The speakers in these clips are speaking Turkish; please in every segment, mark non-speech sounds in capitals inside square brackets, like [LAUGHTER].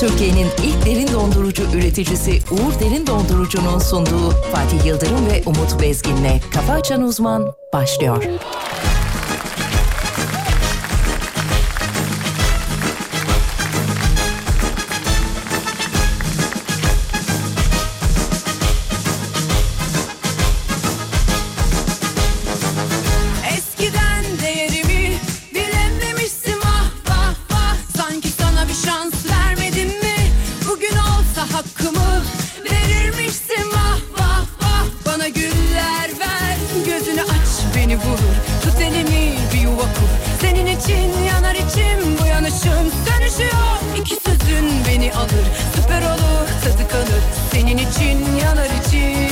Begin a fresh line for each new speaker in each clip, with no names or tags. Türkiye'nin ilk derin dondurucu üreticisi Uğur Derin Dondurucu'nun sunduğu Fatih Yıldırım ve Umut Bezgin'le Kafa Açan Uzman başlıyor.
Eskiden değerimi bilememişsin ah vah vah Sanki sana bir şans vermedim mi Bugün olsa hakkımı verirmişsin vah vah vah Bana güller ver gözünü aç beni vurur Tut elimi bir yuva kur Senin için yanar içim bu yanışım Dönüşüyor iki sözün beni alır Süper olur tadı kalır Senin için yanar içim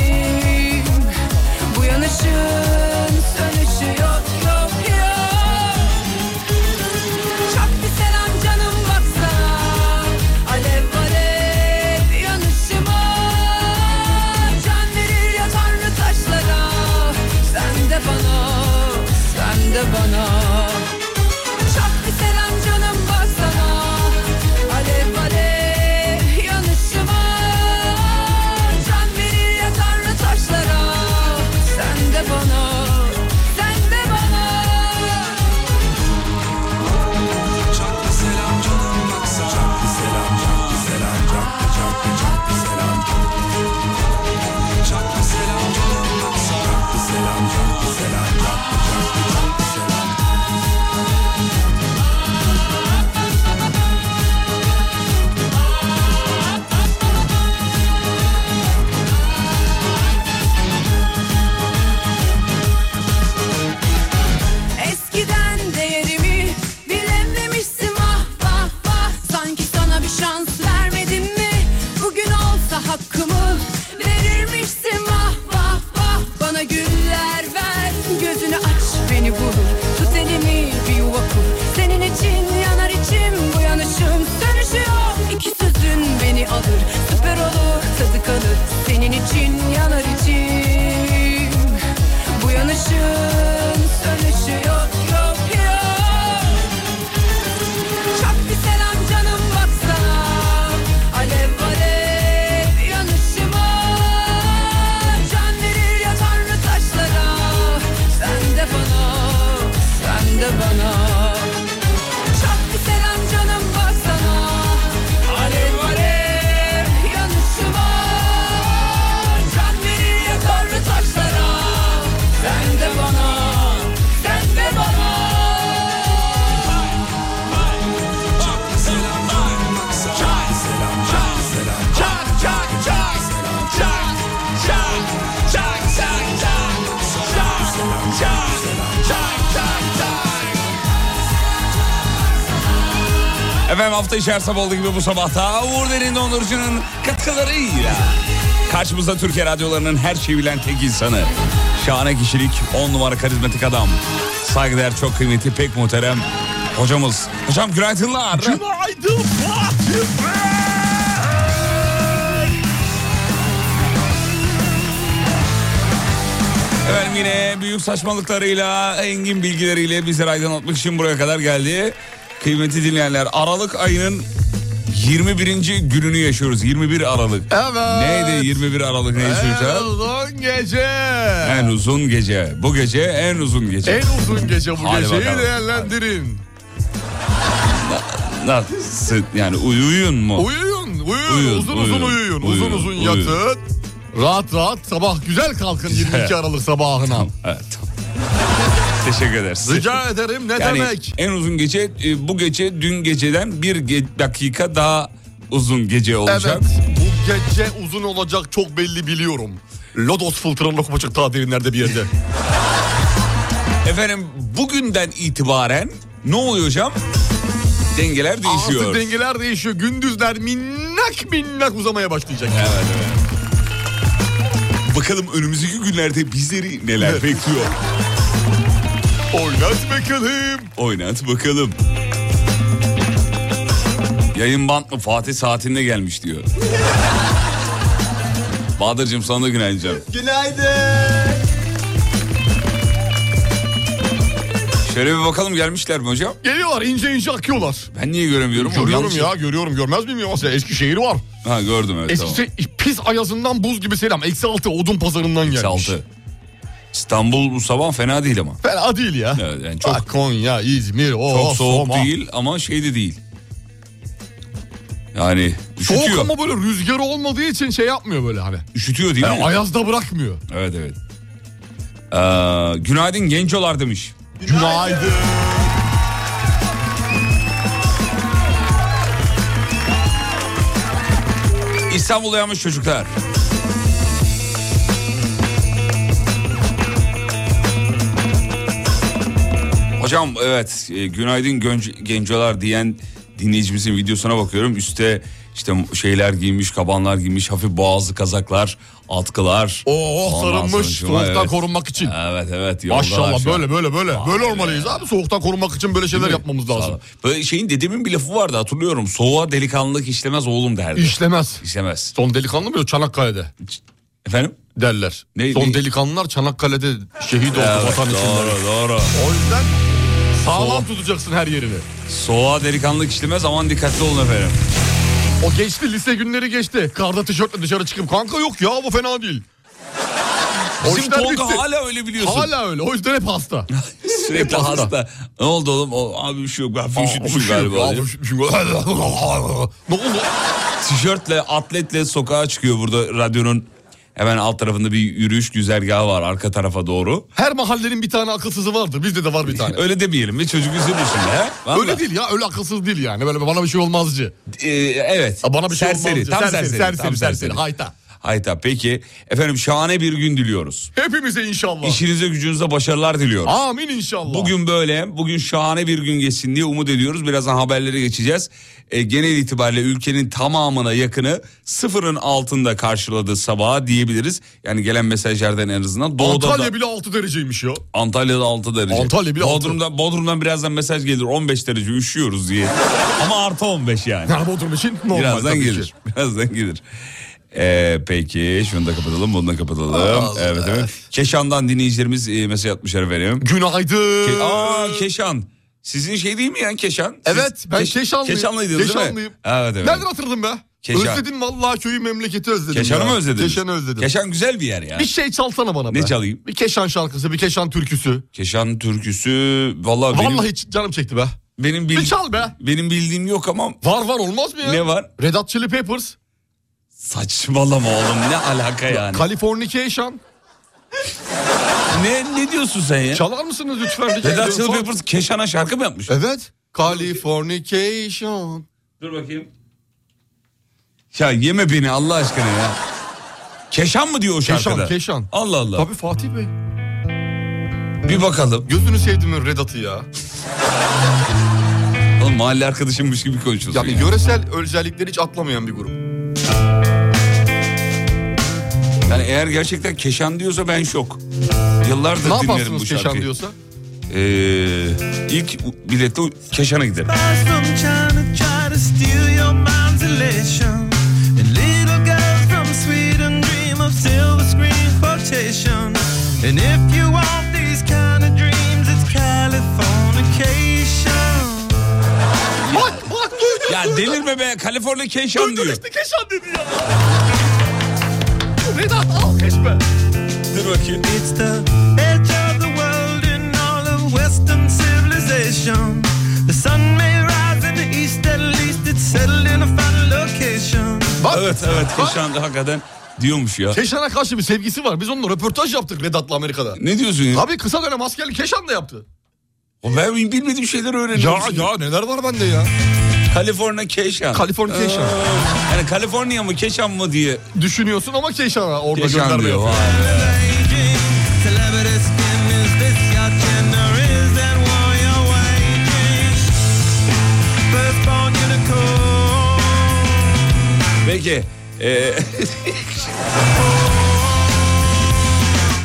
bu yanışın sönüşü yok yok yok Çok bir selam canım baksana Alev alev yanışıma Can verir ya tanrı taşlara Sen de bana, sen de bana Çok bir selam canım baksana Alev alev yanışıma Can verir ya tanrı taşlara Sen de bana, sen de bana Eskiden değerimi bilememişsin ah vah vah Sanki sana bir şans vermedim mi Bugün olsa hakkımı verirmişsin vah vah vah Bana güller ver gözünü aç beni vurur Tut elimi bir yuva kur Senin için yanar içim bu yanışım Dönüşüyor iki sözün beni alır Süper olur tadı kalır Senin için yanar içim bu yanışın sönüşü yok yok yok Çok bir selam canım baksana Alev alev yanışıma Can verir ya tanrı taşlara Sen de bana, sen de bana Çok bir selam canım baksana Alev alev yanışıma Can verir ya tanrı taşlara Sen de bana, sen de bana
Efendim hafta içi her sabah olduğu gibi bu sabah da Uğur Derin Dondurucu'nun katkılarıyla karşımızda Türkiye radyolarının her şeyi bilen tek insanı. Şahane kişilik, on numara karizmatik adam. Saygıdeğer, çok kıymetli, pek muhterem hocamız. Hocam günaydınlar.
Günaydın Fatih
Efendim yine büyük saçmalıklarıyla, engin bilgileriyle bizleri aydınlatmak için buraya kadar geldi. Kıymetli dinleyenler, Aralık ayının 21. gününü yaşıyoruz. 21 Aralık.
Evet.
Neydi 21 Aralık ne
En
yaşıyoruz?
uzun gece.
En uzun gece. Bu gece en uzun gece.
En uzun gece bu
Hadi
geceyi
bakalım.
değerlendirin.
Nasıl yani uy- uyuyun mu?
Uyuyun, uyuyun,
Uyuyun,
uzun
uyuyun,
uzun uyuyun,
uyuyun,
uzun uzun
uyuyun.
yatın. Rahat rahat sabah güzel kalkın 22 Aralık sabahına.
Evet, tamam. Teşekkür ederiz.
Rica ederim ne
Yani
demek?
en uzun gece e, bu gece dün geceden bir ge- dakika daha uzun gece [LAUGHS] olacak.
Evet bu gece uzun olacak çok belli biliyorum. Lodos fıltıralı kopacak ta derinlerde bir yerde.
[LAUGHS] Efendim bugünden itibaren ne oluyor hocam? Dengeler değişiyor.
Artık dengeler değişiyor. Gündüzler minnak minnak uzamaya başlayacak.
evet, evet. Bakalım önümüzdeki günlerde bizleri neler
Evet.
bekliyor.
Oynat bakalım.
Oynat bakalım. Yayın bantlı Fatih saatinde gelmiş diyor. Bahadır'cığım sana da günaydın canım.
Günaydın.
Şöyle bir bakalım gelmişler mi hocam?
Geliyorlar ince ince akıyorlar.
Ben niye göremiyorum?
Görüyorum
Yanlış-
ya görüyorum görmez miyim ya? Mesela Eskişehir var.
Ha gördüm evet tamam.
Eskişehir pis ayazından buz gibi selam. Eksi altı odun pazarından gelmiş.
Altı. İstanbul bu sabah fena değil ama.
Fena değil ya.
Evet, yani çok
Çok Konya, İzmir, oh, o
çok soğuk değil ama şey de değil. Yani
Soğuk
üşütüyor.
ama böyle rüzgarı olmadığı için şey yapmıyor böyle hani.
Üşütüyor değil
Yani
mi?
ayazda bırakmıyor.
Evet evet. Ee, günaydın gencolar demiş.
Günaydın.
İstanbul uyanmış çocuklar. Hocam evet e, günaydın gönc- gencolar diyen dinleyicimizin videosuna bakıyorum. Üste işte şeyler giymiş, kabanlar giymiş, hafif boğazlı kazaklar, atkılar.
Oh
Ondan sonra
sarılmış
cuma,
soğuktan
evet.
korunmak için.
Evet evet. yoldalar
Maşallah
şu an.
böyle böyle böyle. Böyle olmalıyız abi soğuktan korunmak için böyle şeyler
Değil mi?
yapmamız
Sağ
lazım.
ol. Böyle şeyin dedemin bir lafı vardı hatırlıyorum. Soğuğa delikanlılık işlemez oğlum derdi.
İşlemez.
İşlemez.
Son delikanlı mı yok Çanakkale'de
Efendim?
derler.
Ne-
Son
ne-
delikanlılar Çanakkale'de şehit oldu
Evet,
vatan için. derler.
doğru doğru.
O yüzden sağlam
Soğuk.
tutacaksın her yerini.
Soğuğa delikanlılık işlemez aman dikkatli
[LAUGHS]
olun efendim.
O geçti lise günleri geçti. Karda tişörtle dışarı çıkıp kanka yok ya bu fena değil. O
Bizim
işler
Tolga
bitti.
hala öyle biliyorsun.
Hala öyle. O yüzden hep hasta.
Sürekli
hasta.
hasta. Ne oldu oğlum? O, abi bir şey yok. Ben üşütmüşüm galiba. diyor.
şey [LAUGHS] ne oldu?
Tişörtle, atletle sokağa çıkıyor burada radyonun. Hemen alt tarafında bir yürüyüş güzergahı var arka tarafa doğru.
Her mahallenin bir tane akılsızı vardır. Bizde de var bir tane.
[LAUGHS] Öyle demeyelim mi? Çocuk üzülür şimdi. he? Vallahi.
Öyle değil ya. Öyle akılsız değil yani. Böyle bana bir şey olmazcı.
Ee, evet.
Ya Bana bir
serseri,
şey olmazcı.
Tam serseri.
serseri,
tam
serseri, serseri. Hayta.
Hayta peki. Efendim şahane bir gün diliyoruz.
Hepimize inşallah.
İşinize gücünüze başarılar diliyoruz.
Amin inşallah.
Bugün böyle, bugün şahane bir gün geçsin diye umut ediyoruz. Birazdan haberlere geçeceğiz. E, genel itibariyle ülkenin tamamına yakını sıfırın altında karşıladı sabaha diyebiliriz. Yani gelen mesajlardan en azından. Doğuda da-
Antalya bile 6 dereceymiş ya.
Antalya'da 6 derece.
Antalya bile altı.
Bodrum'dan, Bodrum'dan birazdan mesaj gelir 15 derece
[LAUGHS]
üşüyoruz diye. Ama artı 15 yani.
Yani Bodrum için normal
Birazdan
tabii ki.
gelir. [LAUGHS] Birazdan gelir. Ee, peki şunu da kapatalım bunu da kapatalım.
Allah.
Evet, evet. Keşan'dan dinleyicilerimiz e, mesaj atmışlar efendim.
Günaydın.
Ke- Aa Keşan. Sizin şey değil mi ya Keşan? Siz-
Evet ben
Keş-
Keşanlıyım.
Keşanlıydınız değil
Keşanlıyım.
mi? Evet evet.
Nereden hatırladım be?
Keşan.
Özledim vallahi köyü memleketi özledim.
Keşan'ı
ya.
mı özlediniz?
Keşan'ı özledim.
Keşan güzel bir yer ya.
Bir şey çalsana bana be.
Ne çalayım?
Bir Keşan şarkısı, bir Keşan türküsü.
Keşan türküsü vallahi benim,
Vallahi hiç canım çekti be.
benim, bil-
Bir çal be.
benim bildiğim yok ama
Var var olmaz mı ya?
ne var?
Red Hot Chili Peppers,
Saçmalama oğlum ne alaka yani?
Californication.
ne ne diyorsun sen ya?
Çalar mısınız lütfen?
Red Hot Chili Peppers Keşan'a şarkı mı yapmış?
Evet. Californication.
Dur bakayım. Ya yeme beni Allah aşkına ya. Keşan mı diyor o
Keşan,
şarkıda?
Keşan.
Allah Allah.
Tabii Fatih Bey.
Bir bakalım.
Gözünü sevdim Red Hot'ı ya.
Oğlum mahalle arkadaşımmış gibi konuşuyorsun.
Yani
ya.
yöresel özellikleri hiç atlamayan bir grup.
Yani eğer gerçekten Keşan diyorsa ben şok. Yıllardır
Ne
dinlerim bu
yaparsınız
şarkıyı.
Keşan diyorsa?
Ee, ilk bilette Keşan'a giderim.
There's some trying to try to steal your mind's elation. And little girls from Sweden dream of silver screen quotation. And if you want these kind of dreams, it's Californication.
Bak bak duydun.
Ya delirme be Kaliforniya Keşan
Duydun
diyor.
işte Keşan dedi ya. Red Hot alkış be.
Dur bakayım.
It's the edge of the world in all of Western civilization. The sun may rise in the east, at least it's settled in a fine location.
Bak.
Evet evet
bak.
Keşan da hakikaten diyormuş ya.
Keşan'a karşı bir sevgisi var. Biz onunla röportaj yaptık Red Hot'la Amerika'da.
Ne diyorsun ya?
Abi kısa dönem askerlik Keşan da yaptı.
Ben bilmediğim şeyler
Ya
öğreniyorum.
ya neler var bende ya.
Kaliforniya Keşan.
Kaliforniya Keşan.
Ee, Yani Kaliforniya mı Keşan mı diye
Düşünüyorsun ama Keşan'a orada
Keşan
gönderme
diyor.
yapıyor.
Vay be.
Aging, celebrity skin, is this your gender? Is that why you're waiting? Firstborn unicorn.
Peki. ee,
eh,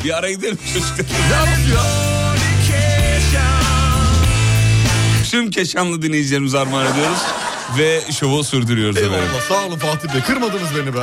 bir ara gidelim çocuklar.
Ne yapıyor ya?
Fornication.
Tüm Keşanlı dinleyicilerimize armağan ediyoruz. Ve şovu sürdürüyoruz efendim.
Eyvallah sağ olun Fatih Bey. Kırmadınız beni be.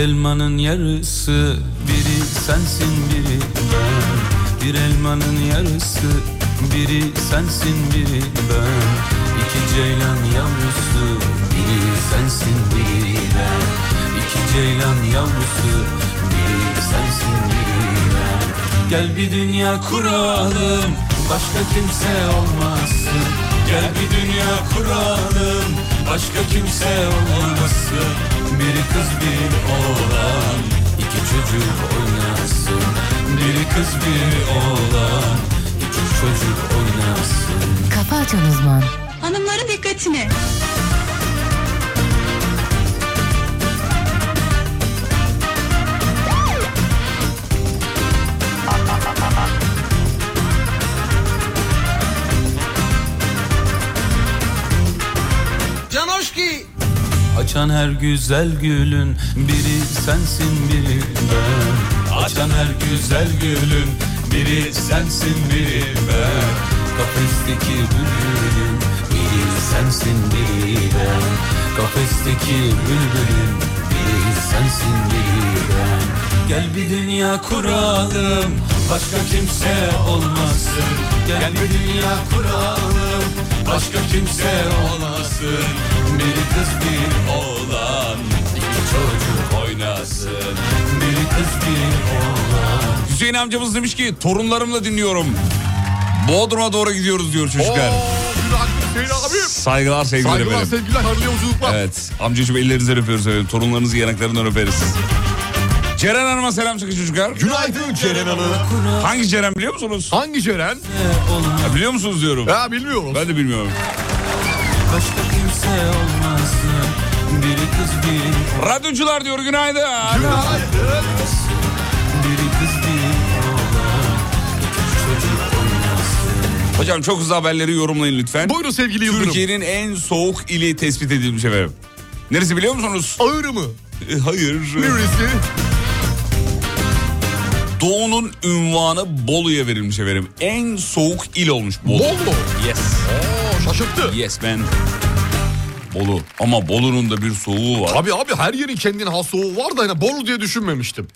elmanın yarısı biri sensin biri ben Bir elmanın yarısı biri sensin biri ben İki ceylan yavrusu biri sensin biri ben İki ceylan yavrusu biri sensin biri ben Gel bir dünya kuralım başka kimse olmasın Gel bir dünya kuralım başka kimse olmasın Biri kız bir oğlan iki çocuk oynasın Biri kız bir oğlan iki çocuk oynasın
Kafa Açan Uzman.
Hanımların dikkatine.
Açan her güzel gülün biri sensin biri ben Açan her güzel gülün biri sensin biri ben Kafesteki bülbülün biri sensin biri ben Kafesteki bülbülün biri sensin biri ben Gel bir dünya kuralım başka kimse olmasın Gel bir dünya kuralım başka kimse olmasın Biri kız bir oğlan iki çocuk oynasın Biri kız bir oğlan
Hüseyin amcamız demiş ki torunlarımla dinliyorum. Bodrum'a doğru gidiyoruz diyor çocuklar.
Hüseyin abi.
Saygılar sevgiler
Saygılar
efendim.
sevgiler hayırlı [LAUGHS] yolculuklar.
Evet amcacığım ellerinizden öpüyoruz efendim. Torunlarınızı yanaklarından öperiz. Ceren Hanım'a selam çıkın çocuklar.
Günaydın Ceren Hanım.
Hangi Ceren biliyor musunuz?
Hangi Ceren?
Ha, biliyor musunuz diyorum.
Ya bilmiyorum.
Ben de bilmiyorum.
başka kimse olmasın Biri kız bir
Radyocular diyor günaydın.
biri kız bir oğlan iki çocuk oynasın
Hocam çok hızlı haberleri yorumlayın lütfen.
Buyurun sevgili Yıldırım.
Türkiye'nin en soğuk ili tespit edilmiş efendim. Neresi biliyor musunuz?
Ağır mı?
E, Hayır.
Neresi?
Doğu'nun ünvanı Bolu'ya verilmiş efendim. En soğuk il olmuş Bolu.
Bol mu?
Yes.
Oo, şaşırttı.
Yes man. Bolu. Ama Bolu'nun da bir soğuğu var.
Abi abi her yerin kendine has soğuğu var da hani Bolu diye düşünmemiştim.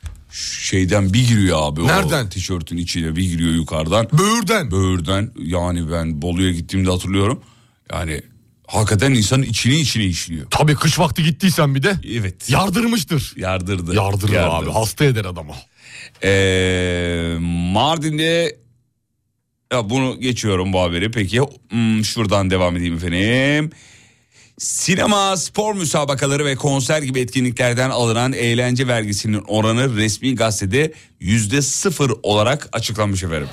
Şeyden bir giriyor abi. o
Nereden?
tişörtün içine bir giriyor yukarıdan.
Böğürden.
Böğürden yani ben Bolu'ya gittiğimde hatırlıyorum. Yani hakikaten insanın içini içine işliyor.
Tabii kış vakti gittiysen bir de
Evet.
yardırmıştır.
Yardırdı.
Yardırır abi hasta eder adamı.
Ee, Mardin'de ya bunu geçiyorum bu haberi. Peki hmm, şuradan devam edeyim efendim. Sinema, spor müsabakaları ve konser gibi etkinliklerden alınan eğlence vergisinin oranı resmi gazetede yüzde sıfır olarak açıklanmış efendim.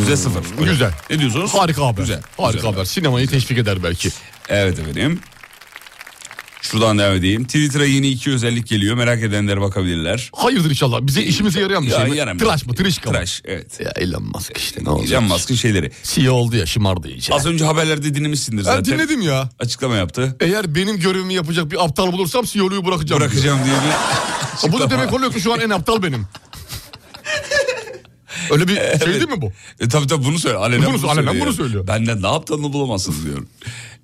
Yüzde sıfır. Öyle.
Güzel.
Ne diyorsunuz?
Harika haber.
Güzel.
Harika
Güzel.
haber. Sinemayı teşvik eder belki.
Evet efendim. Şuradan devam edeyim. Twitter'a yeni iki özellik geliyor. Merak edenler bakabilirler.
Hayırdır inşallah. Bize işimize yarayan bir şey mi?
yaramıyor.
Tıraş mı? Tırışka mı?
Tıraş evet.
Ya Elon Musk işte ne olacak?
Elon Musk'ın şeyleri.
CEO oldu ya şımardı iyice.
Az önce haberlerde dinlemişsindir
Ben
zaten.
dinledim ya.
Açıklama yaptı.
Eğer benim görevimi yapacak bir aptal bulursam CEO'luyu bırakacağım.
Bırakacağım diye bir
Ha, [LAUGHS] Bu da
açıklama.
demek oluyor ki şu an en aptal benim. Öyle
[LAUGHS]
bir şey değil mi bu?
E, tabii tabii bunu söyle. Alenen
Bunu-
bunu,
alenen
söylüyor.
bunu söylüyor.
Benden ne yaptığını bulamazsınız diyorum.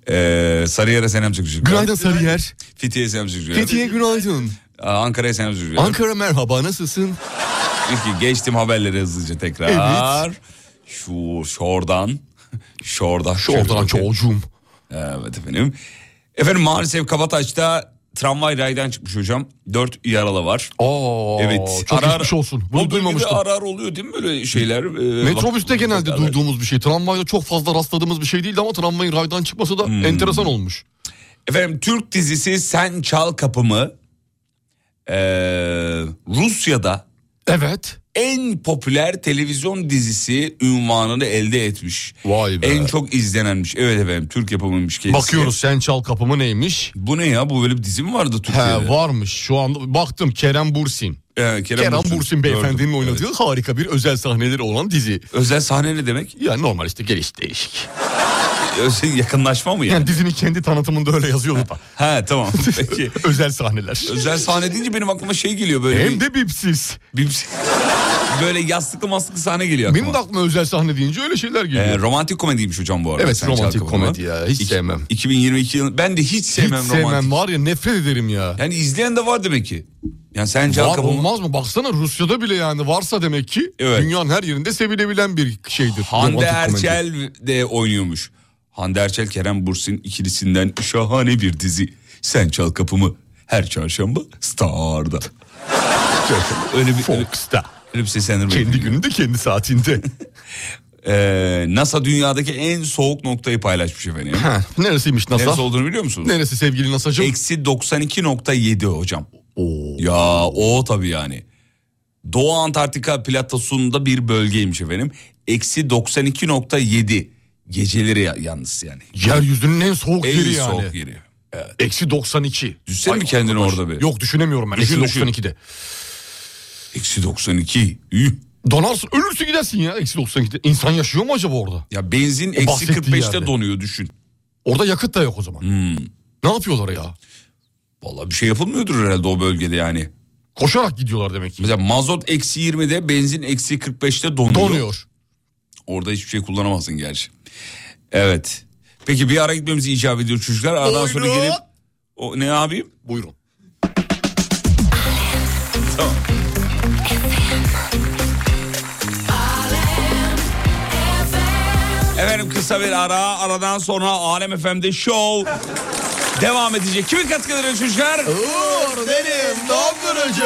Ee, Sarıyer'e selam çakışıyor.
Sarıyer.
Fethiye'ye selam çakışıyor.
günaydın.
Aa, Ankara'ya selam çakışıyor.
Ankara merhaba nasılsın?
Peki geçtim haberleri hızlıca tekrar. Şu şordan. Şordan.
Şu ortadan çocuğum.
Evet efendim. Efendim maalesef Kabataş'ta tramvay raydan çıkmış hocam. Dört yaralı var.
Aa,
evet.
Çok
Arar-
geçmiş olsun.
O
Bunu
bölgede
duymamıştım.
Arar oluyor değil mi böyle şeyler? Ee,
Metrobüste
bak-
genelde
Evet.
duyduğumuz bir şey. Tramvayda çok fazla rastladığımız bir şey değildi ama tramvayın raydan çıkması da enteresan olmuş.
Hmm. Efendim Türk dizisi Sen Çal Kapımı ee, Rusya'da
Evet.
en popüler televizyon dizisi ünvanını elde etmiş.
Vay be.
En çok izlenenmiş. Evet efendim Türk yapımıymış kendisi.
Bakıyoruz sen çal kapımı neymiş?
Bu ne ya bu böyle bir dizi mi vardı Türkiye'de?
He varmış şu anda baktım Kerem Bursin.
Ee,
Kerem, Bursin, beyefendinin
gördüm.
oynadığı harika bir özel sahneleri olan dizi.
Özel sahne ne demek?
Yani normal işte geliş değişik.
Özel yakınlaşma mı yani?
Yani dizinin kendi tanıtımında öyle yazıyordu da. [LAUGHS]
He tamam peki.
özel sahneler.
Özel sahne deyince benim aklıma şey geliyor böyle.
Hem
bir-
de bipsiz.
bir- [LAUGHS] böyle yastıklı mastıklı sahne geliyor aklıma.
Benim de aklıma özel sahne deyince öyle şeyler geliyor.
Ee, romantik komediymiş hocam bu arada.
Evet,
Sen
romantik
Çalkalı'nın.
komedi ya, hiç
İki-
sevmem.
2022 yılı ben de hiç sevmem
Hiç
romantik.
sevmem var ya nefret ederim ya.
Yani izleyen de var demek ki. Yani sence
Var
Akapulco-
olmaz mı? Baksana Rusya'da bile yani varsa demek ki
Evet.
dünyanın her yerinde sevilebilen bir şeydir.
Hande
romantik komedi.
Erçel de oynuyormuş. Hande Erçel Kerem Bursin ikilisinden şahane bir dizi. Sen çal kapımı her çarşamba
[LAUGHS]
Star'da. Çarşamba. öyle bir öyle,
Fox'ta.
öyle bir seslendirme.
Kendi gününde kendi saatinde.
[LAUGHS] Ee, NASA dünyadaki en soğuk noktayı paylaşmış efendim.
Ha, [CLEARS THROAT] Neresiymiş NASA?
Neresi olduğunu biliyor musunuz?
Neresi sevgili NASA'cığım?
Eksi 92.7 hocam. Ya o tabii yani. Doğu Antarktika platosunda bir bölgeymiş efendim. Eksi 92.7 geceleri ya- yalnız yani.
Yeryüzünün en soğuk
En
yeri yani.
soğuk yeri. Evet.
Eksi 92.
Düşsene
Ay
mi kendini
arkadaş.
orada bir?
Yok düşünemiyorum ben.
Düşün,
Eksi
düşün.
92'de.
Eksi 92. Üh.
Donarsın ölürsün gidersin ya eksi 92'de. İnsan yaşıyor mu acaba orada?
Ya benzin eksi
bahsettiği
45'te
yerde.
E, donuyor düşün. Hmm.
Orada yakıt da yok o zaman. Ne yapıyorlar ya?
Vallahi bir şey yapılmıyordur herhalde o bölgede yani.
Koşarak gidiyorlar demek ki.
Mesela mazot eksi 20'de benzin eksi 45'te donuyor.
Donuyor.
Orada hiçbir şey kullanamazsın gerçi. Evet. Peki bir ara gitmemizi icap ediyor çocuklar. Aradan sonra
Buyurun.
gelip... O, ne abim?
Buyurun.
Tamam. Efendim kısa bir ara. Aradan sonra Alem FM'de show devam edecek. Kimin katkıları çocuklar?
Uğur benim dondurucu.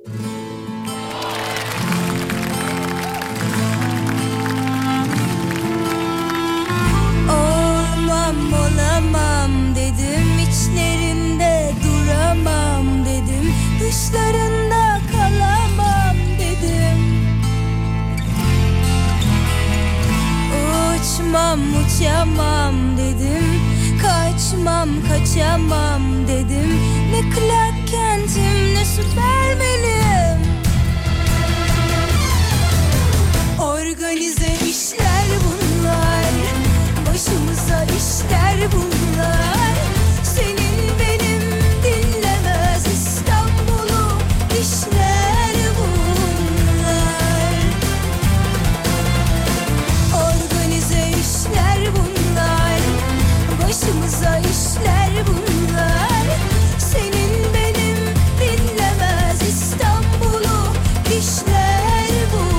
Olmam olamam dedim içlerinde duramam dedim Dışlarında kalamam dedim Uçmam uçamam dedim Kaçmam kaçamam dedim Ne Clark Kent'im ne Superman'im Organize işler bunlar Başımıza işler bunlar Senin benim dinlemez İstanbul'u işler bunlar Organize işler bunlar Başımıza işler bunlar Senin benim dinlemez İstanbul'u işler bunlar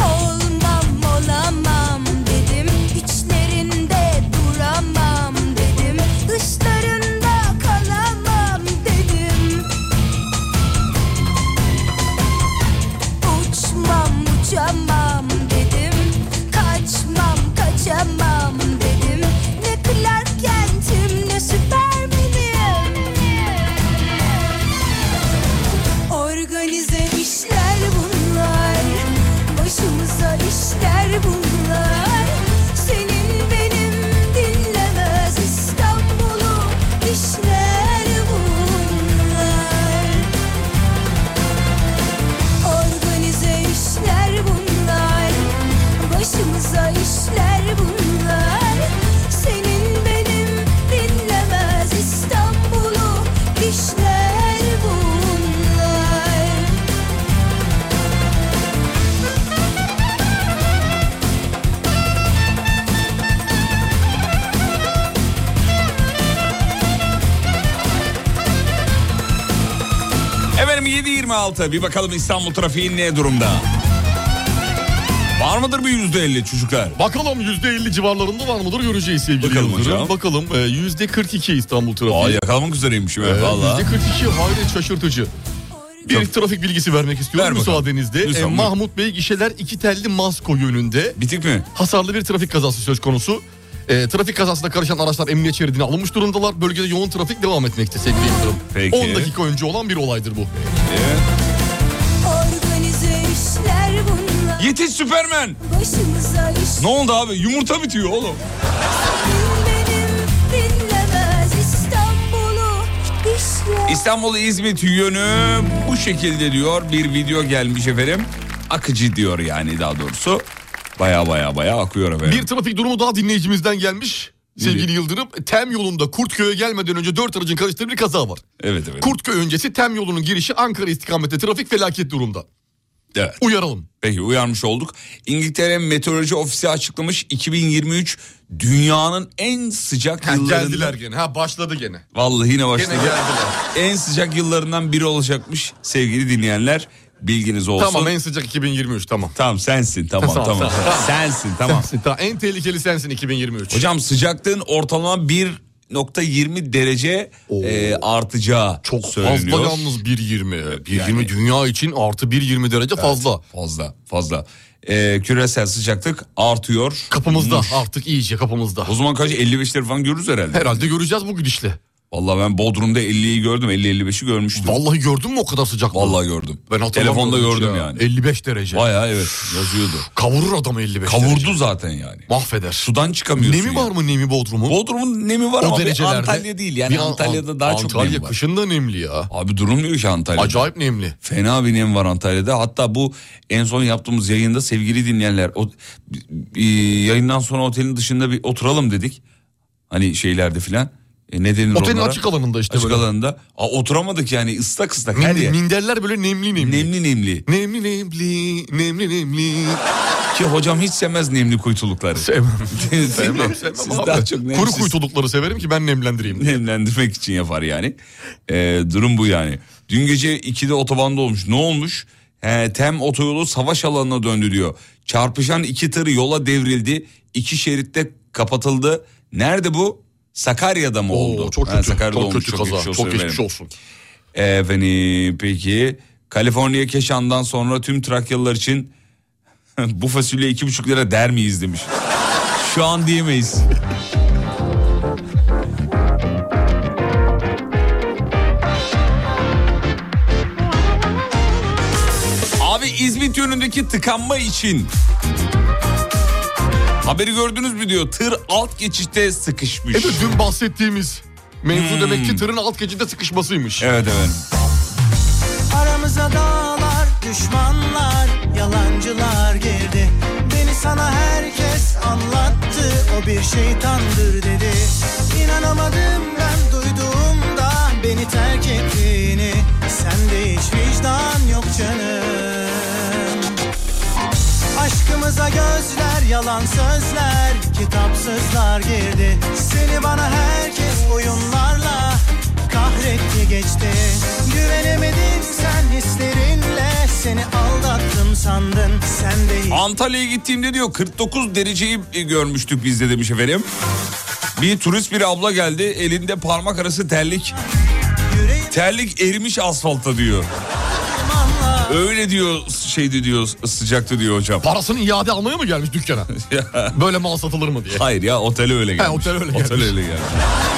Olmam olamam dedim içlerinde duramam dedim Dışlarında kalamam dedim Uçmam uçamam dedim Kaçmam kaçamam dedim Ne Clark Kent'im ne Superman'im Organize işler bunlar Başımıza işler bunlar Senin benim dinlemez İstanbul'u işler bunlar Organize işler bunlar Başımıza işler bunlar Senin benim dinlemez İstanbul'u işler bunlar
Efendim 7.26 bir bakalım İstanbul trafiği ne durumda? Var mıdır bir yüzde elli çocuklar?
Bakalım %50 civarlarında var mıdır göreceğiz sevgili
Bakalım
Yıldırım.
hocam.
Bakalım e, %42 İstanbul
Aa
trafiği.
yakalamak üzereymişim
E,
evet valla.
%42 hayret şaşırtıcı. Bir trafik bilgisi vermek istiyorum
Ver bakalım.
müsaadenizle. E,
Lütfen, buyurun.
Mahmut Bey gişeler iki telli masko yönünde.
Bitik mi?
Hasarlı bir trafik kazası söz konusu. E, trafik kazasında karışan araçlar emniyet şeridine alınmış durumdalar. Bölgede yoğun trafik devam etmekte sevgili Yıldırım.
Peki.
10 dakika önce olan bir olaydır bu.
Organize işler bunlar
Yetiş Süpermen.
Başımıza
Ne
işler
oldu abi? Yumurta bitiyor oğlum.
benim dinlemez İstanbul'u işler
İstanbul İzmit yönü bu şekilde diyor. Bir video gelmiş efendim. Akıcı diyor yani daha doğrusu. Baya baya baya akıyor efendim.
Bir trafik durumu daha dinleyicimizden gelmiş. Sevgili Yıldırım, Tem yolunda Kurtköy'e gelmeden önce dört aracın karıştığı bir kaza var.
Evet evet.
Kurtköy öncesi Tem yolunun girişi Ankara istikamette trafik felaket durumda.
Evet.
Uyaralım.
Peki uyarmış olduk. İngiltere Meteoroloji Ofisi açıklamış 2023 dünyanın en sıcak
Ha,
yıllarında.
geldiler gene. Ha başladı gene.
Vallahi yine başladı.
Gene geldiler.
En sıcak yıllarından biri olacakmış sevgili dinleyenler. Bilginiz olsun.
Tamam en sıcak 2023 tamam.
Tamam sensin tamam
Tamam,
tamam.
sen- tamam.
[LAUGHS] Sensin tamam.
Sensin, ta- en tehlikeli sensin 2023.
Hocam sıcaklığın ortalama 1.20 derece e, artacağı
çok
söyleniyor.
fazla yalnız 1.20. 1.20 dünya için artı 1.20 derece fazla.
Fazla fazla. E, küresel sıcaklık artıyor.
Kapımızda
Muş.
artık iyice kapımızda.
O zaman kaç 55'leri falan görürüz herhalde.
Herhalde göreceğiz bu gidişle.
Vallahi ben Bodrum'da 50'yi gördüm 50-55'i görmüştüm.
Vallahi gördün mü o kadar sıcaklığı?
Vallahi gördüm.
Ben hatırlamıyorum
Telefonda
hiç
gördüm
ya.
yani.
55 derece.
Bayağı evet yazıyordu.
Kavurur adamı 55 derece.
Kavurdu zaten yani.
Mahveder.
Sudan çıkamıyorsun.
Nemi
ya.
var mı Nemi Bodrum'un?
Bodrum'un nemi var
o
ama bir
derecelerde.
Antalya değil. Yani
Bir an-
Antalya'da daha çok
Antalya
nem var.
kışın da nemli ya.
Abi durulmuyor ki Antalya'da.
Acayip nemli.
Fena bir nem var Antalya'da. Hatta bu en son yaptığımız yayında sevgili dinleyenler o e, yayından sonra otelin dışında bir oturalım dedik. Hani şeylerde filan. E, ne denir
Otelin
onlara?
açık alanında işte
Açık
böyle.
alanında. Aa, oturamadık yani ıslak ıslak her
Min-
yer.
minderler böyle nemli nemli.
Nemli nemli.
Nemli nemli, nemli nemli.
Ki hocam hiç sevmez nemli kuytulukları.
Sevmem.
Siz
Sevmem,
de-
sevmem
Siz
abi.
daha çok
Kuru
nemsiz-
kuytulukları severim ki ben nemlendireyim. diye.
nemlendirmek için yapar yani. Ee, durum bu yani. Dün gece 2'de otobanda olmuş. Ne olmuş? Ee, Tem otoyolu savaş alanına döndü diyor. Çarpışan iki tır yola devrildi. İki şeritte kapatıldı. Nerede bu? Sakarya'da mı oldu?
Oo, çok
Ha,
kötü.
Sakarya'da
çok
olmuş.
kötü
çok
kaza.
geçmiş olsun
çok geçmiş
efendim.
olsun.
Efendim peki. Kaliforniya Keşan'dan sonra tüm Trakyalılar için [LAUGHS] bu fasulye iki buçuk lira der miyiz demiş. Şu an diyemeyiz. Abi İzmit yönündeki tıkanma için haberi gördünüz mü diyor tır alt geçişte sıkışmış. Hmm.
Evet dün bahsettiğimiz mevzu demek ki tırın alt geçide sıkışmasıymış.
Evet efendim.
Aramıza dağlar, düşmanlar, yalancılar girdi. Beni sana herkes anlattı, o bir şeytandır dedi. İnanamadım ben duyduğumda beni terk ettiğini. Sende hiç vicdan yok canım. Aşkımıza gözler, yalan sözler, kitapsızlar girdi. Seni bana herkes oyunlarla kahretti geçti. Güvenemedin sen hislerinle, seni aldattım sandın. Sen de hiç
Antalya'ya gittiğimde diyor 49 dereceyi e, görmüştük biz de demiş efendim. Bir turist bir abla geldi elinde parmak arası terlik.
yüreğim
Terlik erimiş asfaltta diyor.
anla.
Öyle diyor şeydi diyor sıcaktı diyor hocam. [LAUGHS]
Parasını iade almaya mı gelmiş dükkana? Böyle mal satılır mı diye.
Hayır ya otele öyle gelmiş.
otel öyle
otel
gelmiş.
öyle gelmiş.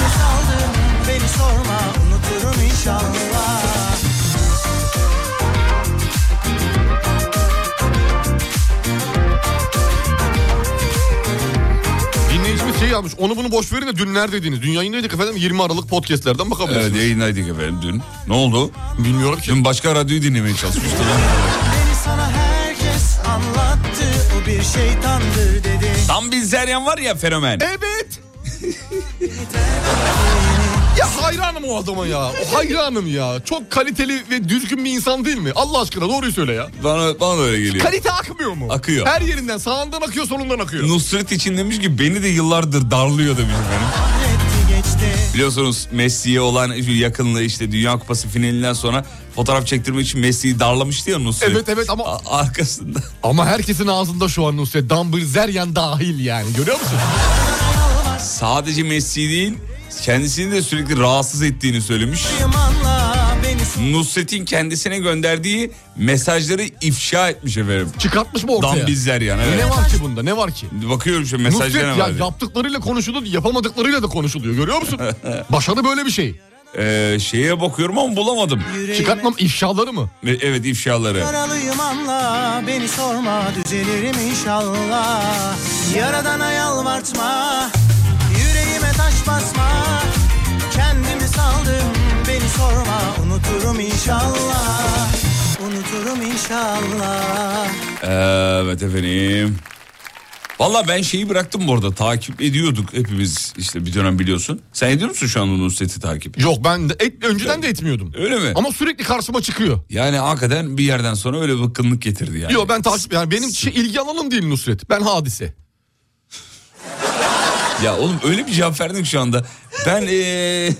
Beni saldın, beni sorma, unuturum inşallah.
Dinleyicimiz şey yapmış. Onu bunu boş verin de dün neredeydiniz? Dün yayındaydık efendim 20 Aralık podcastlerden bakabilirsiniz.
Evet yayındaydık efendim dün. Ne oldu?
Bilmiyorum ki.
Dün başka radyoyu dinlemeye çalışmıştım.
Beni sana herkes anlattı, o bir şeytandır dedi.
Tam bir zeryan var ya fenomen.
Evet. [LAUGHS] ya hayranım o adama ya. O hayranım ya. Çok kaliteli ve düzgün bir insan değil mi? Allah aşkına doğruyu söyle ya.
Bana, bana da öyle geliyor.
Kalite akmıyor mu?
Akıyor.
Her yerinden sağından akıyor solundan akıyor.
Nusret için demiş ki beni de yıllardır darlıyor demiş efendim.
Kahretti geçti.
Biliyorsunuz Messi'ye olan yakınlığı işte Dünya Kupası finalinden sonra fotoğraf çektirmek için Messi'yi darlamıştı ya Nusret.
Evet, evet ama-
A- arkasında.
[LAUGHS] Ama herkesin ağzında şu an Nusret. Dambrizeryen dahil yani görüyor
[LAUGHS]
musun?
Sadece Messi değil kendisini de sürekli rahatsız ettiğini söylemiş.
Yamanla beni s-
Nusret'in kendisine gönderdiği mesajları ifşa etmiş efendim.
Çıkartmış mı ortaya?
Dambizler yani. Evet.
Ne var ki bunda ne var ki?
Bakıyorum şu
Nusret
mesajlara.
ya
var.
yaptıklarıyla konuşulur yapamadıklarıyla da konuşuluyor görüyor
[LAUGHS]
musun? Başarı böyle bir şey.
Ee, şeye bakıyorum ama bulamadım.
yüreğime
Çıkartmam ifşaları mı?
E- Evet ifşaları.
Yaralıyım anla beni sorma düzelirim inşallah Yaradana yalvartma yüreğime taş basma Kendimi saldım beni sorma unuturum inşallah Unuturum inşallah
Evet efendim. Valla ben şeyi bıraktım bu arada takip ediyorduk hepimiz işte bir dönem biliyorsun. Sen ediyor musun şu an onun seti takip?
Yok ben de et, önceden de etmiyordum.
Öyle mi?
Ama sürekli karşıma çıkıyor.
Yani hakikaten bir yerden sonra öyle bıkkınlık getirdi yani.
Yok ben takip yani benim şey, ilgi alanım değil Nusret. Ben hadise.
Ya oğlum öyle bir cevap verdin ki şu anda. Ben ee,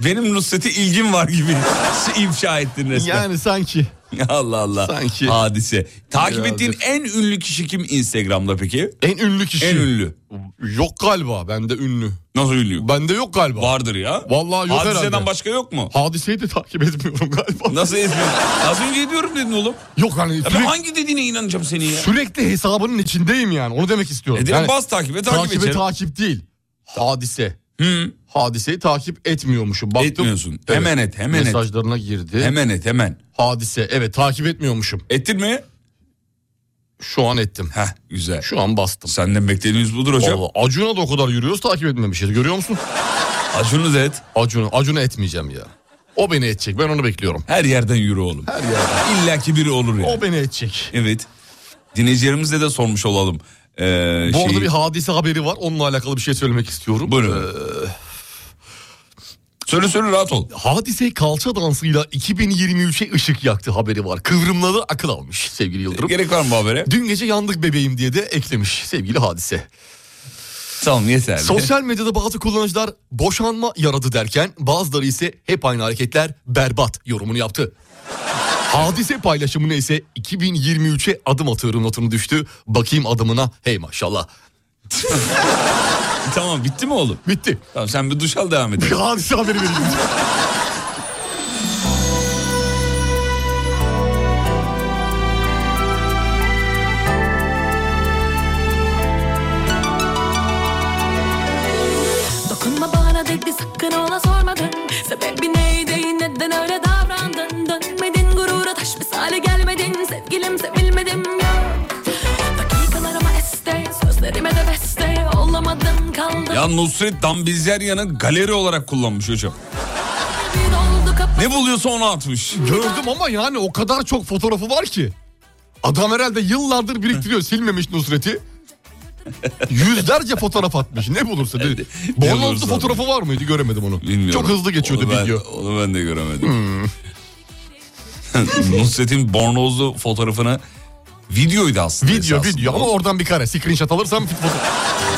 benim Nusret'e ilgim var gibi [LAUGHS] ifşa ettin resmen.
Yani sanki.
Allah Allah.
Sanki.
Hadise. Takip
Birazcık.
ettiğin en ünlü kişi kim Instagram'da peki?
En ünlü kişi.
En ünlü.
Yok galiba bende ünlü.
Nasıl ünlü?
Bende yok galiba.
Vardır ya.
Vallahi yok
Hadiseden
herhalde.
başka yok mu?
Hadiseyi de takip etmiyorum galiba.
Nasıl etmiyorsun? Az önce ediyorum dedin oğlum.
Yok hani
Ya
sürekli,
ben hangi dediğine inanacağım senin ya?
sürekli hesabının içindeyim yani. Onu demek istiyorum.
E direkt
yani,
bas takibe takip
takibe
edeceğim.
takip değil. Hadise.
Hı.
Hadiseyi takip etmiyormuşum. Baktım,
Etmiyorsun.
Evet.
Hemen et, hemen et.
Mesajlarına girdi.
Hemen et hemen.
Hadise. Evet takip etmiyormuşum.
Ettin mi?
Şu an ettim.
Heh güzel.
Şu an bastım.
Senden beklediğiniz budur hocam.
Vallahi Acun'a da o kadar yürüyoruz takip etmemişiz. Görüyor musun?
Acunuz et.
Acun'u Acun'u etmeyeceğim ya. O beni edecek. Ben onu bekliyorum.
Her yerden yürü oğlum.
Her yerde.
İlla ki biri olur ya.
O beni edecek.
Evet. Dinleyicilerimize de sormuş olalım. Ee,
Bu arada
şeyi-
bir hadise haberi var. Onunla alakalı bir şey söylemek istiyorum. Ee,
Buyurun. Söyle söyle rahat ol.
Hadise kalça dansıyla 2023'e ışık yaktı haberi var. Kıvrımları akıl almış sevgili Yıldırım.
Gerek var mı bu habere?
Dün gece yandık bebeğim diye de eklemiş sevgili hadise.
Tamam yeterli.
Sosyal medyada bazı kullanıcılar boşanma yaradı derken bazıları ise hep aynı hareketler berbat yorumunu yaptı. Hadise paylaşımına ise 2023'e adım atıyorum notunu düştü. Bakayım adımına hey maşallah.
[LAUGHS] Tamam bitti mi oğlum?
Bitti.
Tamam sen bir duş al devam
Bir
edelim.
hadise haberi vereyim.
Dokunma bana dedi sakın ona sormadın Sebebi neydi neden öyle davrandın Dönmedin gurura taş misali gelmedin Sevgilim sevilmedim yok Dakikalarıma este sözlerime de beste Olamadın kaldım
Ya Nusret Dambizeryan'ı galeri olarak kullanmış hocam.
bir doldu kapı
Ne buluyorsa onu atmış.
Gördüm ama yani o kadar çok fotoğrafı var ki. Adam herhalde yıllardır biriktiriyor silmemiş Nusret'i. Yüzlerce fotoğraf atmış ne bulursa. dedi.
bulursa.
Bornozlu fotoğrafı var mıydı göremedim onu.
Bilmiyorum.
Çok hızlı geçiyordu
onu ben,
video. Hmm.
Onu ben de göremedim. [LAUGHS] Nusret'in bornozlu fotoğrafını videoydu aslında.
Video
esasında.
video ama oradan bir kare screenshot alırsam foto-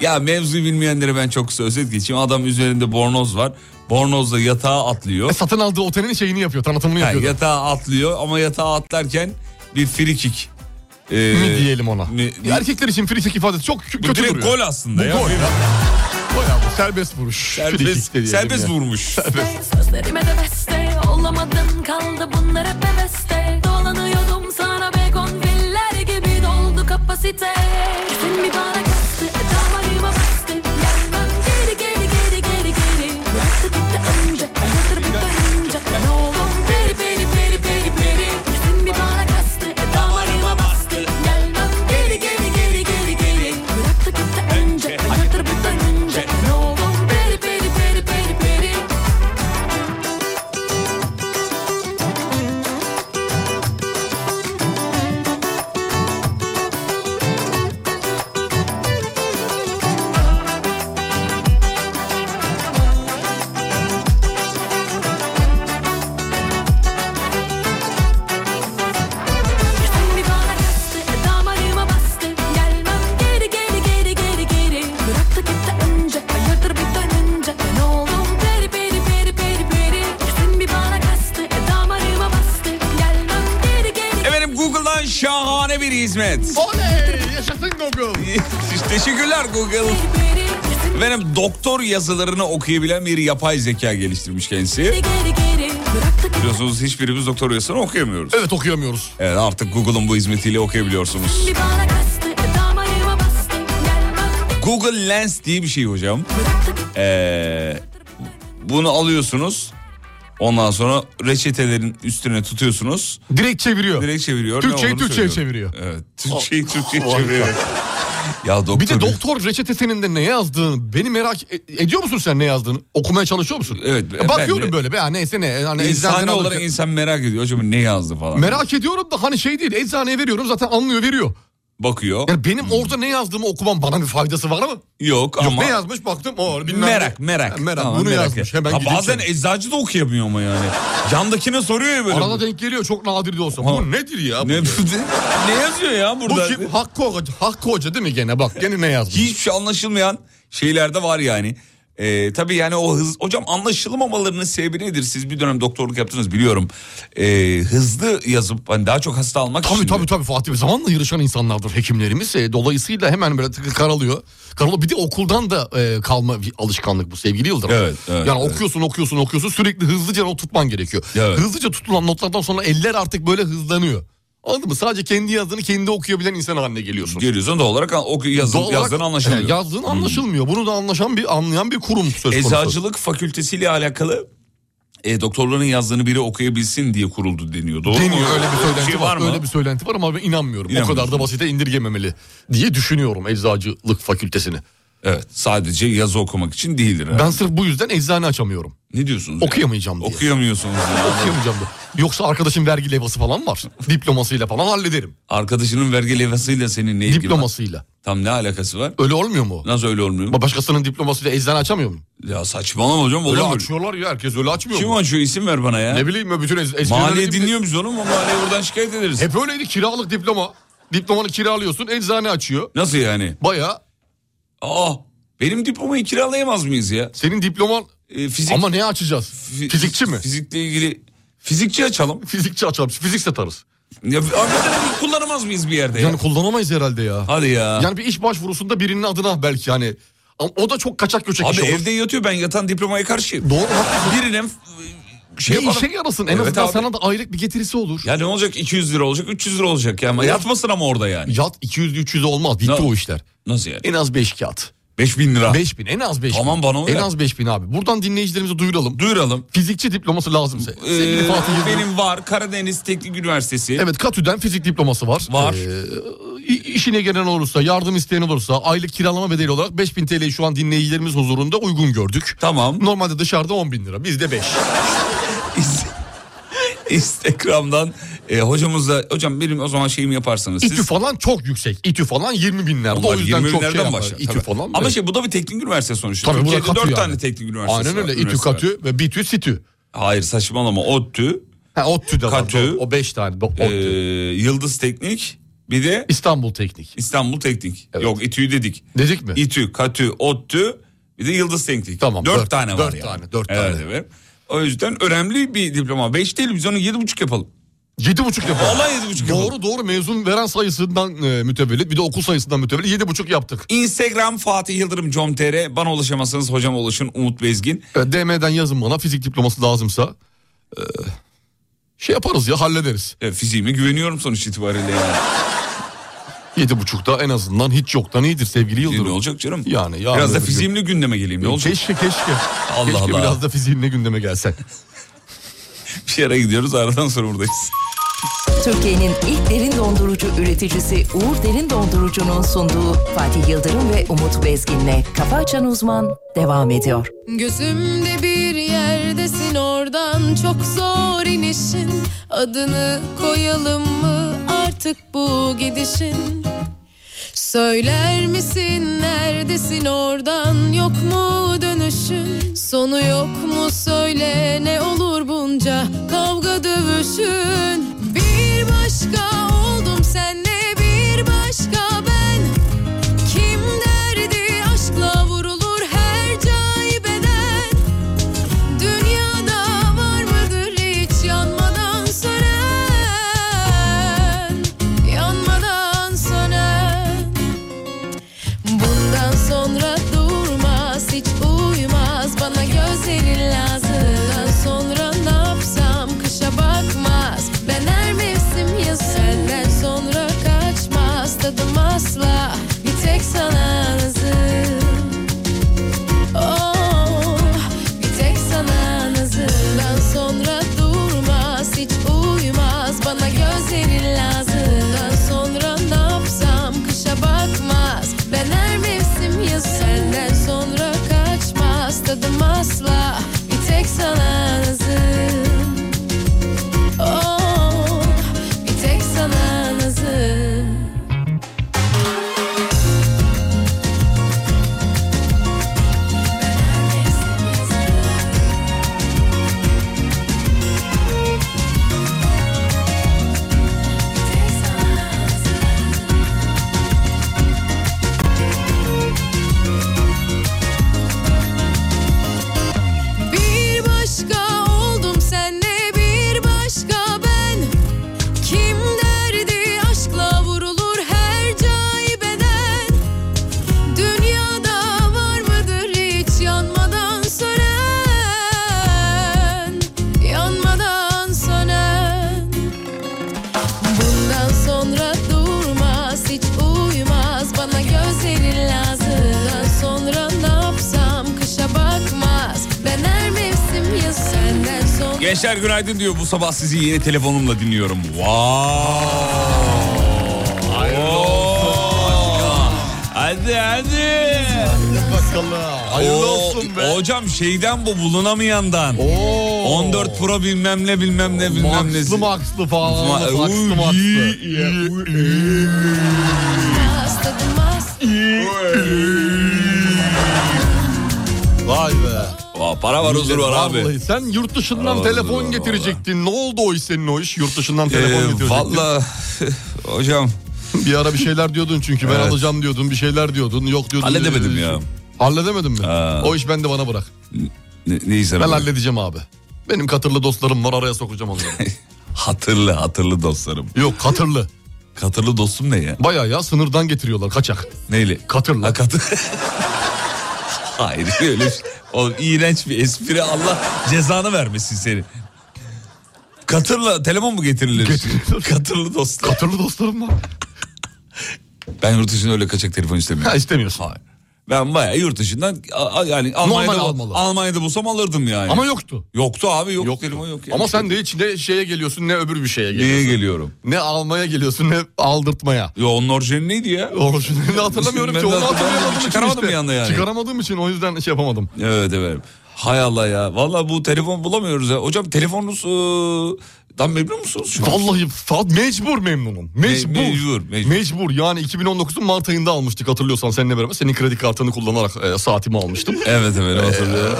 Ya mevzuyu bilmeyenlere ben çok kısa özet geçeyim. Adam üzerinde bornoz var. Bornozla yatağa atlıyor.
E, satın aldığı otelin şeyini yapıyor tanıtımını
Ha,
yapıyor.
yatağa atlıyor ama yatağa atlarken bir free kick. Ee,
mi diyelim ona.
mi-
Ya Erkekler için frikik ifadesi çok kö-
bu
kötü
direkt
duruyor.
gol aslında
Bu
ya.
gol ya. Gol ya bu serbest vuruş. Frikik de
Serbest,
diyelim
serbest
ya.
vurmuş.
Sözlerime de beste Olamadın kaldı bunlar hep beste Dolanıyordum sana begon filler gibi Doldu kapasite Sen mi bana kastı damarıma bastı Yandan geri geri geri geri geri Bıraktı gitti önce Anlatır bir dönünce Ne olur peri peri peri peri peri Sen mi bana kastı e damarıma bastı Yandan geri geri geri geri geri Bıraktı gitti önce Anlatır bir dönünce Ne olur peri peri peri peri peri Sen mi bana kastı, damarıma bastı Gelmem geri geri geri geri geri Bıraktı gitti önce, hayırdır bir dönünce Ben oldum peri peri peri peri peri Sen mi bana kastı, damarıma bastı Gelmem geri geri
Efendim Google'dan şahane bir hizmet.
Oley yaşasın Google.
[LAUGHS] Teşekkürler Google.
geri peri Sen
Efendim doktor yazılarını okuyabilen bir yapay zeka geliştirmiş kendisi.
mi geri geri Bıraktı gitti
Biliyorsunuz hiçbirimiz doktor yazısını okuyamıyoruz.
Evet okuyamıyoruz.
Evet artık Google'ın bu hizmetiyle okuyabiliyorsunuz.
mi bana kastı, damarıma bastı Gelmem geri
Google Lens diye bir şey hocam.
Bıraktı gitti
Ee, bunu alıyorsunuz. Ondan sonra reçetelerin üstüne tutuyorsunuz.
Direkt çeviriyor.
Direkt çeviriyor. Ben
Türkçeyi
onu
Türkçe'ye
söylüyorum.
çeviriyor.
Evet. Türkçeyi Türkçe'ye
Oh,
çeviriyor. ya doktor.
Bir de doktor reçetesinin de ne yazdığını beni merak e- ediyor musun sen ne yazdığını? Okumaya çalışıyor musun?
Evet, ben
E, Bakıyorum
de-
böyle be ha neyse ne. Hani
İnsani
eczaneden
olarak
alırken-
insan merak ediyor. Hocam ne yazdı falan.
Merak ediyorum da hani şey değil eczaneye veriyorum zaten anlıyor veriyor.
bakıyor. Hmm.
Yani benim orada ne yazdığımı okumam bana bir faydası var mı?
Yok ama
Yok ne yazmış baktım o bilmem ne.
merak merak.
Ha, merak
Tamam,
bunu
merak
yazmış.
et.
Hemen
ha,
gidip
bazen
şey-
eczacı da okuyamıyor ama yani. Yandakine soruyor ya böyle.
Arada denk geliyor çok nadir de olsa.
Ha.
Bu nedir ya? Bu,
ne, [LAUGHS] ne yazıyor
bu
ya burada?
kim? Hakkı Hoca, Hakkı Hoca değil mi gene bak gene ne yazmış.
Hiçbir şey anlaşılmayan şeylerde var yani. Ee, tabii yani o hız... Hocam anlaşılmamalarının sebebi nedir? Siz bir dönem doktorluk yaptınız biliyorum. Ee, hızlı yazıp [LAUGHS] hani daha çok hasta almak
Tabii
için.
tabii tabii Fatih Bey. Zamanla yarışan insanlardır hekimlerimiz. E, dolayısıyla hemen böyle tıkı karalıyor. Karalıyor. Bir de okuldan da e, kalma bir alışkanlık bu sevgili Yıldırım.
Evet, evet,
yani
evet.
okuyorsun okuyorsun okuyorsun sürekli hızlıca not tutman gerekiyor.
Evet.
Hızlıca tutulan notlardan sonra eller artık böyle hızlanıyor. Anladın mı? Sadece kendi yazdığını kendi okuyabilen insan haline geliyorsun.
Geliyorsun doğal olarak oku, yazın,
Doğal olarak-
yazdığın anlaşılıyor. Hmm.
He, yazdığın anlaşılmıyor. Bunu da anlaşan bir anlayan bir kurum söz konusu.
Eczacılık fakültesiyle alakalı e, doktorların yazdığını biri okuyabilsin diye kuruldu deniyor. Doğru mu?
Deniyor öyle bir söylenti
şey
var.
var mı?
Öyle bir söylenti var ama ben inanmıyorum. O
İnanmıyorsun.
kadar da basite indirgememeli diye düşünüyorum eczacılık fakültesini.
Evet sadece yazı okumak için değildir. herhalde.
Ben sırf bu yüzden eczane açamıyorum.
Ne diyorsunuz? ya?
Okuyamayacağım diye.
Okuyamıyorsunuz. ya.
Okuyamayacağım diye. Yoksa arkadaşın vergi levhası falan
[LAUGHS]
var. Diplomasıyla falan hallederim.
Arkadaşının vergi levhasıyla senin ne ilgili var?
Diplomasıyla.
Tam ne alakası var?
Öyle olmuyor mu?
Nasıl öyle olmuyor?
Ba- Başkasının diplomasıyla eczane açamıyor mu?
Ya saçmalama hocam.
Öyle
Öyle
açıyorlar ya herkes öyle açmıyor
Kim
mu?
açıyor isim ver bana ya.
Ne bileyim ya bütün ez- eczaneler
Maliye
hep-
dinliyor musun oğlum? O Maliye buradan şikayet ederiz.
Hep öyleydi kiralık diploma. Diplomanı kiralıyorsun eczane açıyor.
Nasıl yani?
Baya
Aa benim diplomayı kiralayamaz mıyız ya?
senin diploman
E, fizik,
ama ne açacağız?
fi-
Fizikçi mi?
Fizikle ilgili. Fizikçi açalım.
[LAUGHS] Fizikçi açalım. Fizik satarız.
Ya, hakikaten kullanamaz mıyız bir yerde ya?
Yani kullanamayız herhalde ya.
Hadi ya.
Yani bir iş başvurusunda birinin adına belki yani. Ama o da çok kaçak göçek iş
Abi
olur.
evde yatıyor ben yatan diplomaya karşıyım.
Doğru haklısın.
Birine f- şey
bir
yapalım.
işe yarasın. En
Evet
azından
abi.
sana da aylık bir getirisi olur.
Ya ne olacak 200 lira olacak 300 lira olacak ya. Ama Yatmasın ama orada yani.
Yat 200-300 olmaz. Bitti
Ne?
o işler.
Nasıl [LAUGHS] yani?
En az 5 kağıt.
5000 lira.
5000 en az 5000.
Tamam, bana uyar.
En az 5000 abi. Buradan dinleyicilerimize duyuralım.
Duyuralım.
Fizikçi diploması lazımsa. Sevgili
Ee,
Fatih Yıldırım.
benim var Karadeniz Teknik Üniversitesi.
Evet Katü'den fizik diploması var.
Var.
Ee, i- işine gelen olursa, yardım isteyen olursa aylık kiralama bedeli olarak 5000 TL'yi şu an dinleyicilerimiz huzurunda uygun gördük.
Tamam.
Normalde dışarıda 10 bin lira. Bizde 5.
İst- Instagram'dan e, hocamızla hocam benim o zaman şeyimi yaparsanız siz.
İTÜ falan çok yüksek. İTÜ falan 20 binlerde. O yüzden çok şey yapar.
başlar.
İTÜ
tabii.
falan.
Ama
böyle.
şey bu da bir teknik üniversitesi sonuçta.
Tabii bu da
Türkiye'de
katı
dört
yani.
tane teknik üniversitesi
Aynen öyle.
var.
İTÜ,
üniversite var.
KATÜ ve BİTÜ, SİTÜ.
Hayır saçmalama ODTÜ,
Ha ODTÜ de var.
Katü.
doğru. O 5 tane. Do-
e,
ODTÜ.
Yıldız Teknik bir de
İstanbul Teknik.
İstanbul Teknik.
Evet.
Yok İTÜ'yü dedik.
Dedik mi?
İTÜ, KATÜ, ODTÜ bir de Yıldız Teknik.
Tamam,
Dört,
dört-
tane var
dört
yani.
tane, dört
evet,
tane.
Evet. O yüzden önemli bir diploma. Beş değil biz onu yedi buçuk yapalım.
7,5 yapalım.
Vallahi yedi buçuk yapalım.
Doğru doğru mezun veren sayısından e, mütevellit bir de okul sayısından mütevellit 7,5 yaptık.
Instagram Fatih Yıldırım com.tr bana ulaşamazsanız hocama ulaşın Umut Bezgin.
E, DM'den yazın bana fizik diploması lazımsa e, şey yaparız ya hallederiz.
E, fiziğime güveniyorum sonuç itibariyle yani.
7,5'da en azından hiç yoktan iyidir sevgili
Ne
Yıldırım.
olacak canım?
Yani, yani
Biraz da
öyle
fiziğimle gündeme geleyim ne olacak?
Keşke keşke.
Allah
keşke
Allah.
biraz da fiziğinle gündeme gelsen.
Bir yere gidiyoruz aradan sonra buradayız.
Türkiye'nin ilk derin dondurucu üreticisi Uğur Derin Dondurucu'nun sunduğu Fatih Yıldırım ve Umut Bezgin'le Kafa Açan Uzman devam ediyor.
Gözümde bir yerdesin oradan çok zor inişin Adını koyalım mı artık bu gidişin Söyler misin neredesin oradan yok mu dönüşün Sonu yok mu söyle ne olur bunca kavga dövüşün Bir başka oldum senle bir başka ben kim derdi aşkla vurulur her caybeden Dünyada var mıdır hiç yanmadan sönen Yanmadan sönen Bundan sonra durmaz hiç uyumaz bana gözlerin lazım Bundan sonra ne yapsam kışa bakmaz ben Oh. Oh,
Gençler günaydın diyor. Bu sabah sizi yeni telefonumla dinliyorum. Wow. Hadi hadi.
Bakalım. Hayırlı
Oo,
olsun be.
Hocam şeyden bu bulunamayandan.
Oo.
14 Pro bilmem ne bilmem ne bilmem ne.
Maxlı maxlı falan.
Ma-
Maxlı
Uy,
maxlı.
iyi, iyi,
Vay be.
Aa, para var huzur var abi.
Vallahi sen yurt dışından
Vallahi,
telefon
vallahi.
getirecektin. Ne oldu o iş senin o iş? Yurt dışından telefon
Ee,
getirecektin.
Valla [LAUGHS] hocam
[LAUGHS] Bir ara bir şeyler diyordun çünkü ben
Evet.
alacağım diyordun bir şeyler diyordun yok diyordun.
halledemedim ya.
Halledemedin mi?
Ha.
O iş bende bana bırak.
Ne, neyse.
Ben
ben-
halledeceğim abi. Benim katırlı dostlarım var araya sokacağım onları.
[LAUGHS] Hatırlı hatırlı dostlarım.
yok katırlı.
Katırlı dostum ne ya?
Baya ya sınırdan getiriyorlar kaçak.
Neyle?
Katırlı.
Ha katır. [LAUGHS] Hayır öyle bir şey. Oğlum iğrenç bir espri Allah cezanı vermesin seni. Katırla telefon mu getirilir?
Getirilir.
Katırlı dostum.
katırlı dostlarım var.
Ben yurt dışında öyle kaçak telefon
Ha
istemiyorum.
istemiyorsun.
Ben bayağı yurt dışından a- a- yani Almanya'da,
almalı.
Almanya'da bulsam alırdım yani.
Ama yoktu.
Yoktu abi yok,
Yoktu.
telefon yok. yani.
Ama sen de hiç ne şeye geliyorsun ne öbür bir şeye geliyorsun.
Neye geliyorum?
Ne almaya geliyorsun ne aldırtmaya.
Ya onun orijinali neydi ya?
[LAUGHS] Orijinalini hatırlamıyorum
Ben
ki onu
de hatırlamadım,
hatırlayamadığım için
çıkaramadım
işte.
yanına yani.
Çıkaramadığım için o yüzden şey yapamadım.
Evet evet. Hay Allah ya. Valla bu telefon bulamıyoruz ya. Hocam telefonunuz e, dan memnun musunuz? şu an?
Vallahi saat mecbur memnunum. Mecbur.
Me- mecbur, mecbur.
yani 2019'un Mart ayında almıştık hatırlıyorsan seninle beraber. Senin kredi kartını kullanarak e, saatimi almıştım.
[LAUGHS]
E,
Evet evet
[LAUGHS]
hatırlıyorum.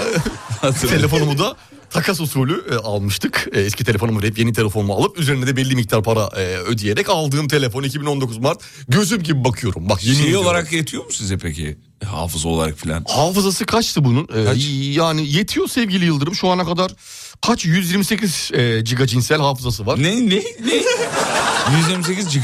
hatırlıyorum.
Telefonumu da takas usulü e, almıştık. E, eski telefonumu hep yeni telefonumu alıp üzerine de belli miktar para e, ödeyerek aldığım telefon 2019 Mart. Gözüm gibi bakıyorum. Bak yeni
Şey olarak yetiyor mu size peki? Hafıza olarak filan.
Hafızası kaçtı bunun? E,
Kaç?
Yani yetiyor sevgili Yıldırım şu ana kadar kaç 128 e, giga cinsel hafızası var.
Ne ne ne? [LAUGHS] 128 GB.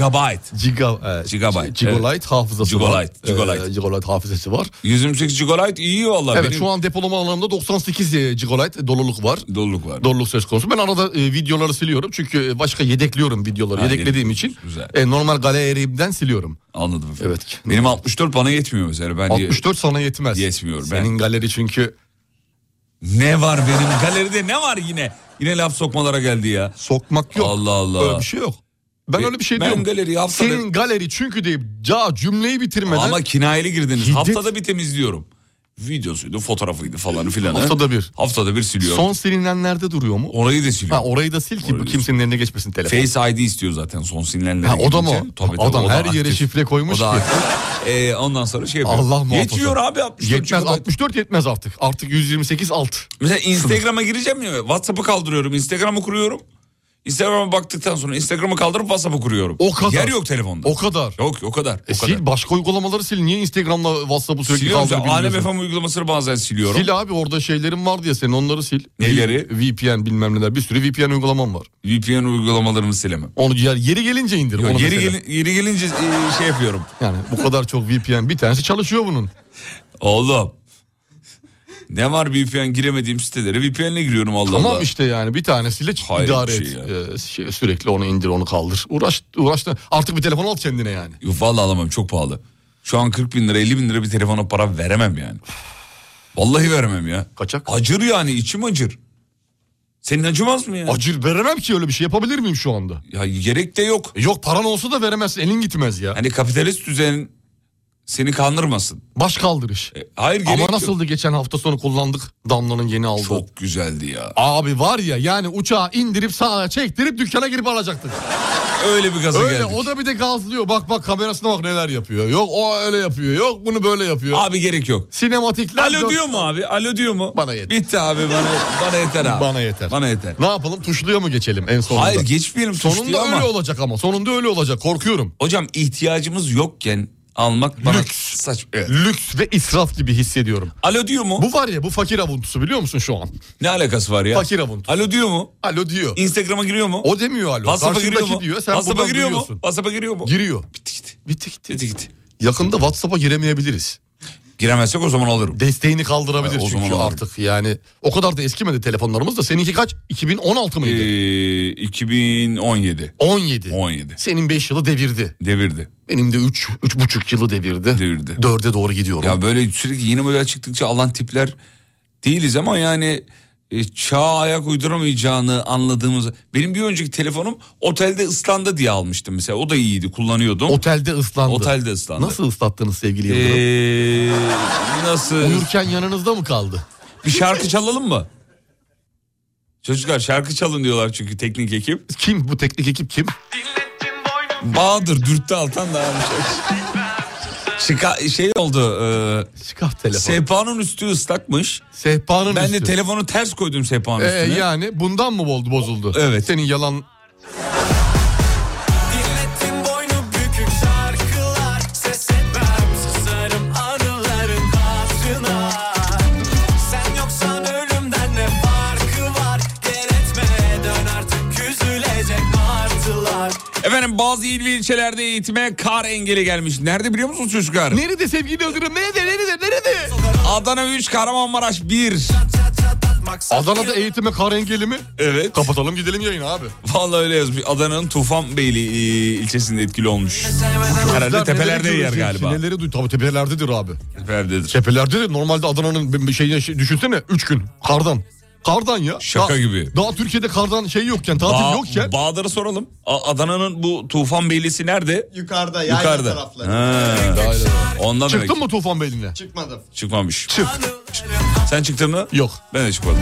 Giga, e,
Gigabyte,
Gigolite hafızası var.
Gigolite, Gigolite.
E, Gigolite hafızası var.
128 GB iyi valla.
Evet
Benim
şu an depolama alanımda 98 e, Gigolite doluluk var.
doluluk var.
Doluluk söz konusu. Ben arada e, videoları siliyorum çünkü e, başka yedekliyorum videoları.
Ha,
Yedeklediğim
yedek-
için
güzel.
e, normal galerimden siliyorum.
Anladım efendim.
Evet.
Benim 64 bana yetmiyor mesela. Ben
64 sana yetmez.
Yetmiyor ben.
Senin galeri çünkü
Ne var benim galeride ne var yine? Yine laf sokmalara geldi ya.
sokmak yok.
Allah Allah.
Öyle bir şey yok. Ben
Be-
öyle bir şey
ben
diyorum.
galeri haftada-
Senin galeri çünkü deyip ca cümleyi bitirmeden
Ama kinayeli girdiniz.
Hiddet-
Haftada bir temizliyorum. Videosuydu, fotoğrafıydı falan filan.
Haftada bir.
Haftada bir siliyorum.
son silinenlerde duruyor mu?
Orayı da siliyorum.
Ha, orayı da sil ki
Orayı-
kimsenin eline geçmesin telefon.
Face ID istiyor zaten son silinenlere.
Ha, o da mı?
gidince. Tabii, tabii,
Adam
o da
her yere
aktif.
şifre koymuş
O da
ki.
aktif. Ee, ondan sonra şey yapıyor.
Allah muhafaza.
Yetiyor abi 64
Yetmez
GB.
64 yetmez artık. Artık 128 alt.
Mesela Instagram'a gireceğim ya. WhatsApp'ı kaldırıyorum. Instagram'ı kuruyorum. Instagram'a baktıktan sonra Instagram'ı kaldırıp WhatsApp'ı kuruyorum.
O kadar.
Yer yok telefonda.
O kadar.
Yok o kadar.
E
o kadar.
sil başka uygulamaları sil. Niye Instagram'la WhatsApp'ı sürekli
Siliyorum.
kaldırıp
zaten. Alem
indiriyorsun?
FM uygulamasını bazen siliyorum.
Sil abi orada şeylerin var diye senin onları sil. E,
Neleri?
VPN bilmem neler bir sürü VPN uygulamam var.
VPN uygulamalarını silemem.
Onu yer, yeri gelince indir.
Yok,
onu
yeri,
mesela.
gelin- yeri gelince e, şey yapıyorum.
Yani bu kadar çok VPN bir tanesi çalışıyor bunun.
Oğlum. Ne var VPN giremediğim sitelere VPN'le giriyorum Allah
Tamam
Allah.
işte yani bir tanesiyle ç-
Hayret
idare
bir
et.
şey
Ee, şey, sürekli onu indir onu kaldır. Uğraş, uğraş da- artık bir telefon al kendine yani.
Yok, Vallahi alamam çok pahalı. Şu an 40 bin lira 50 bin lira bir telefona para veremem yani. Vallahi veremem ya.
Kaçak.
Acır yani içim acır. Senin acımaz mı ya?
Acır veremem ki öyle bir şey yapabilir miyim şu anda?
ya gerek de yok.
E Yok paran olsa da veremezsin elin gitmez ya.
Hani kapitalist düzen seni kandırmasın.
Baş kaldırış.
E, Hayır gerek
Ama
yok.
nasıldı geçen hafta sonu kullandık Damla'nın yeni aldığı.
Çok güzeldi ya.
Abi var ya yani uçağı indirip sağa çektirip dükkana girip alacaktık.
Öyle bir gaza
Öyle
geldik.
o da bir de gazlıyor. Bak bak kamerasına bak neler yapıyor. Yok o öyle yapıyor. Yok bunu böyle yapıyor.
Abi gerek yok.
Sinematikler.
Alo
dön-
diyor mu abi? Alo diyor mu?
Bana yeter.
Bitti abi bana, bana yeter abi.
Bana yeter.
Bana yeter.
Ne yapalım tuşluya mı geçelim en sonunda?
Hayır geçmeyelim
Sonunda öyle
ama.
olacak ama. Sonunda öyle olacak korkuyorum.
Hocam ihtiyacımız yokken almak bana
Lüks.
saç. Evet.
Lüks ve israf gibi hissediyorum.
Alo diyor mu?
Bu var ya bu fakir avuntusu biliyor musun şu an?
Ne alakası var ya?
Fakir avuntusu.
Alo diyor mu?
Alo diyor.
Instagram'a giriyor mu?
O demiyor alo.
WhatsApp'a
Karşındaki
giriyor mu?
diyor. Sen
WhatsApp'a
buradan
giriyor mu?
duyuyorsun.
WhatsApp'a giriyor mu?
Giriyor.
Bitti gitti.
Bitti gitti.
Bitti gitti.
Yakında WhatsApp'a giremeyebiliriz.
Giremezsek o zaman alırım.
Desteğini kaldırabilir
Ha, o
çünkü
zaman olur.
artık yani. O kadar da eskimedi telefonlarımız da. Seninki kaç? 2016 mıydı?
Ee, 2017.
17.
17.
Senin 5 yılı devirdi.
Devirdi.
Benim de 3 üç, buçuk yılı devirdi.
Devirdi.
4'e doğru gidiyorum.
Ya böyle sürekli yeni model çıktıkça alan tipler değiliz ama yani e, çağa ayak uyduramayacağını anladığımız... Benim bir önceki telefonum otelde ıslandı diye almıştım mesela. O da iyiydi kullanıyordum.
Otelde ıslandı.
Otelde ıslandı.
Nasıl ıslattınız sevgili Yıldırım?
Ee, nasıl?
Uyurken yanınızda mı kaldı?
Bir şarkı çalalım mı? Çocuklar şarkı çalın diyorlar çünkü teknik ekip.
Kim bu teknik ekip kim?
Bahadır dürttü altan da almış. Şika- şey oldu. E,
Çıkart telefonu.
sehpanın üstü ıslakmış.
Sehpanın
Ben de
üstü.
telefonu ters koydum sehpanın
Ee,
üstüne.
yani bundan mı oldu bozuldu?
Evet.
Senin yalan
Milletin boynu bükük şarkılar Ses etmem susarım anıların hatırına Sen yoksan ölümden ne farkı var Gel etme dön artık üzülecek martılar
Efendim bazı il ve ilçelerde eğitime kar engeli gelmiş. Nerede biliyor musunuz çocuklar?
Nerede sevgili Yıldırım? Nerede? Nerede? Nerede?
Adana 3, Kahramanmaraş 1.
Adana'da eğitime kar engeli mi?
Evet.
Kapatalım gidelim yayın abi.
Vallahi öyle yazmış. Adana'nın Tufanbeyli e, ilçesinde etkili olmuş. Herhalde
Bizler
tepelerde
neleri
yer
göreceğiz,
galiba.
Neleri duy tabii tepelerdedir abi.
Tepelerdedir.
Tepelerdedir. Normalde Adana'nın bir- bir şeyine şey- düşünsene 3 gün kardan. Kardan ya.
Şaka
Daha-
gibi.
Daha Türkiye'de kardan şey yokken, tatil
Ba-
yokken.
Bahadır'a soralım. A- Adana'nın bu Tufanbeylisi nerede?
Yukarıda yayla
Yukarıda.
tarafları.
Ha. Ondan demek
Çıktın mı Tufan Beyliğine?
Çıkmadım.
çıkmamış.
Çık.
Sen çıktın mı?
Yok.
Ben de çıkmadım.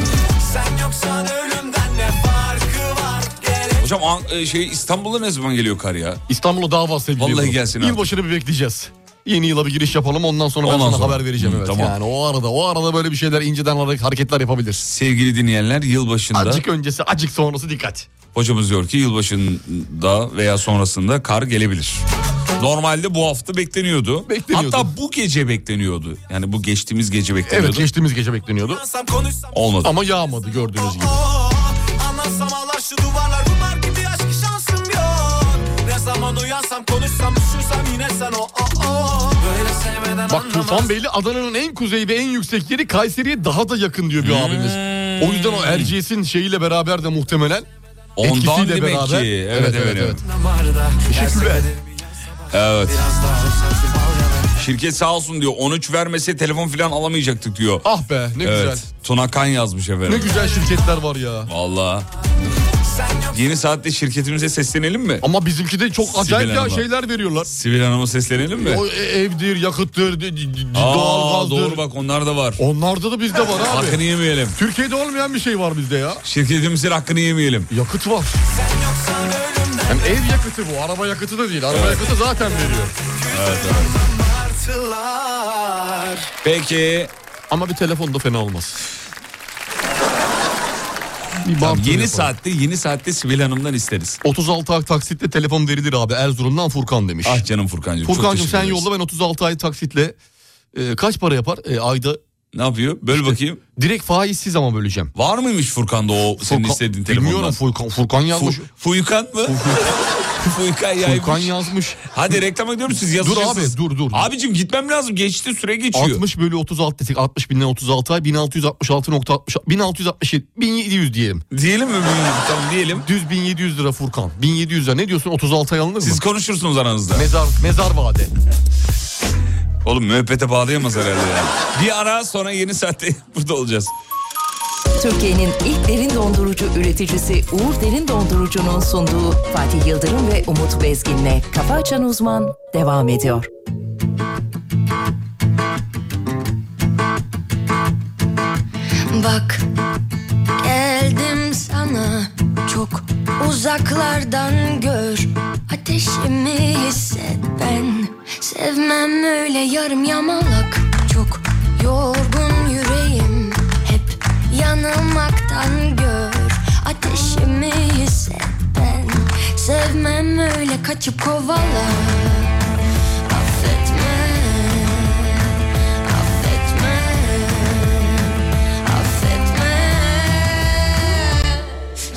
Sen yoksan ölümden ne farkı var Gel
Hocam An- e, şey İstanbul'a ne zaman geliyor kar ya?
İstanbul'a daha var sevgili
Vallahi
Yıldırım.
gelsin abi.
Yılbaşını bir bekleyeceğiz. Yeni yıla bir giriş yapalım ondan sonra ben
Ondan
sana
sonra.
haber vereceğim.
Hı,
evet.
tamam.
Yani o arada o arada böyle bir şeyler inceden hare- hareketler yapabilir.
Sevgili dinleyenler yılbaşında
Acık öncesi acık sonrası dikkat.
hocamız diyor ki yılbaşında veya sonrasında kar gelebilir. Normalde bu hafta bekleniyordu.
Bekleniyordu.
Hatta bu gece bekleniyordu. Yani bu geçtiğimiz gece
Evet
bekleniyordu.
geçtiğimiz gece bekleniyordu.
Anlatsam konuşsam
Olmadı.
Ama yağmadı gördüğünüz gibi.
Oo, Anlatsam ağlar şu duvarlar Bunlar gibi aşk şansım yok Ne zaman uyansam konuşsam düşünsem yine sen o o o Böyle sevmeden
Bak Tufanbeyli Adana'nın en kuzeyi ve en yüksek yeri Kayseri'ye daha da yakın diyor bir
Hmm.
abimiz. O yüzden o Erciyes'in şeyiyle beraber de muhtemelen
Ondan
etkisiyle
demek
beraber.
ki. Evet evet evet.
Damarda
Teşekkürler.
Evet.
Biraz daha sensin bağlanan
Şirket sağ olsun diyor. 13 vermese telefon falan alamayacaktık diyor.
Ah be ne güzel.
Evet. Tuna Kan yazmış
Ne
efendim.
güzel şirketler var ya.
Valla.
Sen yok
Yeni saatte şirketimize seslenelim mi?
Ama bizimki de çok acayip
Sibel
ya
Hanım'a.
şeyler veriyorlar.
Sivil Hanım'a seslenelim mi?
O e- evdir, yakıttır, d- d- d-
Aa,
doğalgazdır.
doğru bak onlar da var.
Onlarda da bizde var abi.
Hakkını yemeyelim.
Türkiye'de olmayan bir şey var bizde ya.
Şirketimizin hakkını yemeyelim.
Yakıt var.
sen ölümden
Hem ev yakıtı bu, araba yakıtı da değil. Araba yakıtı zaten veriyor.
artılar
Peki.
Ama bir telefon da fena olmaz. Bir
Tamam,
barter
yeni
yapalım.
saatte yeni saatte Sivil Hanım'dan isteriz.
36 ay taksitle telefon verilir abi. Erzurum'dan Furkan demiş.
Ah canım Furkan'cığım. çok
Furkan'cığım
teşekkür
sen
ederiz.
yolla ben 36 ay taksitle e, kaç para yapar? E, ayda
Ne yapıyor? Böl bakayım.
direkt faizsiz ama böleceğim.
Var mıymış Furkan'da o senin
Furkan-
istediğin
Bilmiyorum
telefondan?
Furkan, Furkan yazmış.
Fu- Fuykan mı? [LAUGHS] Fuykan yaymış.
Furkan yazmış.
Hadi reklama gidiyorum siz
Dur
yazıyorsunuz.
abi dur dur.
Abicim gitmem lazım. Geçti süre geçiyor.
60 bölü 36 desek 60 binden 36 ay 1666.60 1667 1700 diyelim.
Diyelim mi? Tamam diyelim.
Düz 1700 lira Furkan. 1700 lira ne diyorsun 36 ay alınır mı?
Siz konuşursunuz aranızda.
Mezar mezar vade.
Oğlum müebbete bağlayamaz herhalde ya. Bir ara sonra yeni saatte [LAUGHS] burada olacağız.
Türkiye'nin ilk derin dondurucu üreticisi Uğur Derin Dondurucu'nun sunduğu Fatih Yıldırım ve Umut Bezgin'le Kafa Açan Uzman devam ediyor.
Bak geldim sana çok uzaklardan gör Ateşimi hisset ben sevmem öyle yarım yamalak Çok yorgun yüreğim hep yanılmaktan gör Ateşimi hisset ben sevmem öyle kaçıp kovala Affetme, affetme affetme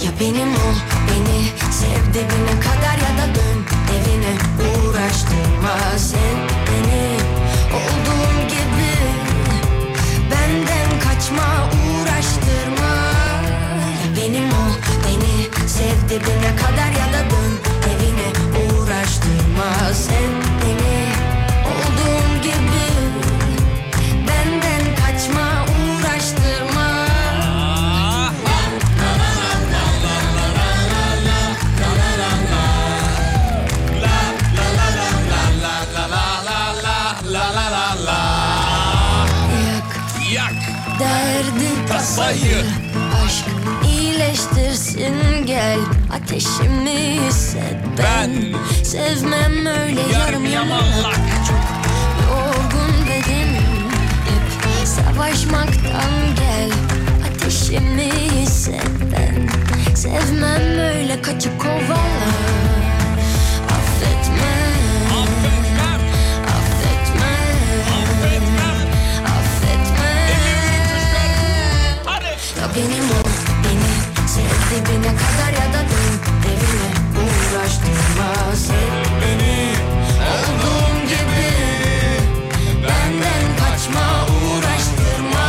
Ya benim ol beni sev dibine kadar ya da dön evine Uğraştırma sen beni olduğum gibi Benden kaçma uğraştırma Ya benim ol beni sev dibine kadar ya da dön evine Uğraştırma sen beni olduğum gibi Benden kaçma uğraştırma
yak.
Derdi tasayı Aşk iyileştirsin gel Ateşimi hisset ben, Sevmem öyle yarım yamalak Yorgun bedenim hep Savaşmaktan gel Ateşimi hisset ben Sevmem öyle kaçıp kovala Affetme Affetmem Affetme Affetmem Affetme Ya benim ol beni Sev dibine kadar ya da dön Evine uğraştırma Sev beni Olduğum gibi Benden kaçma uğraştırma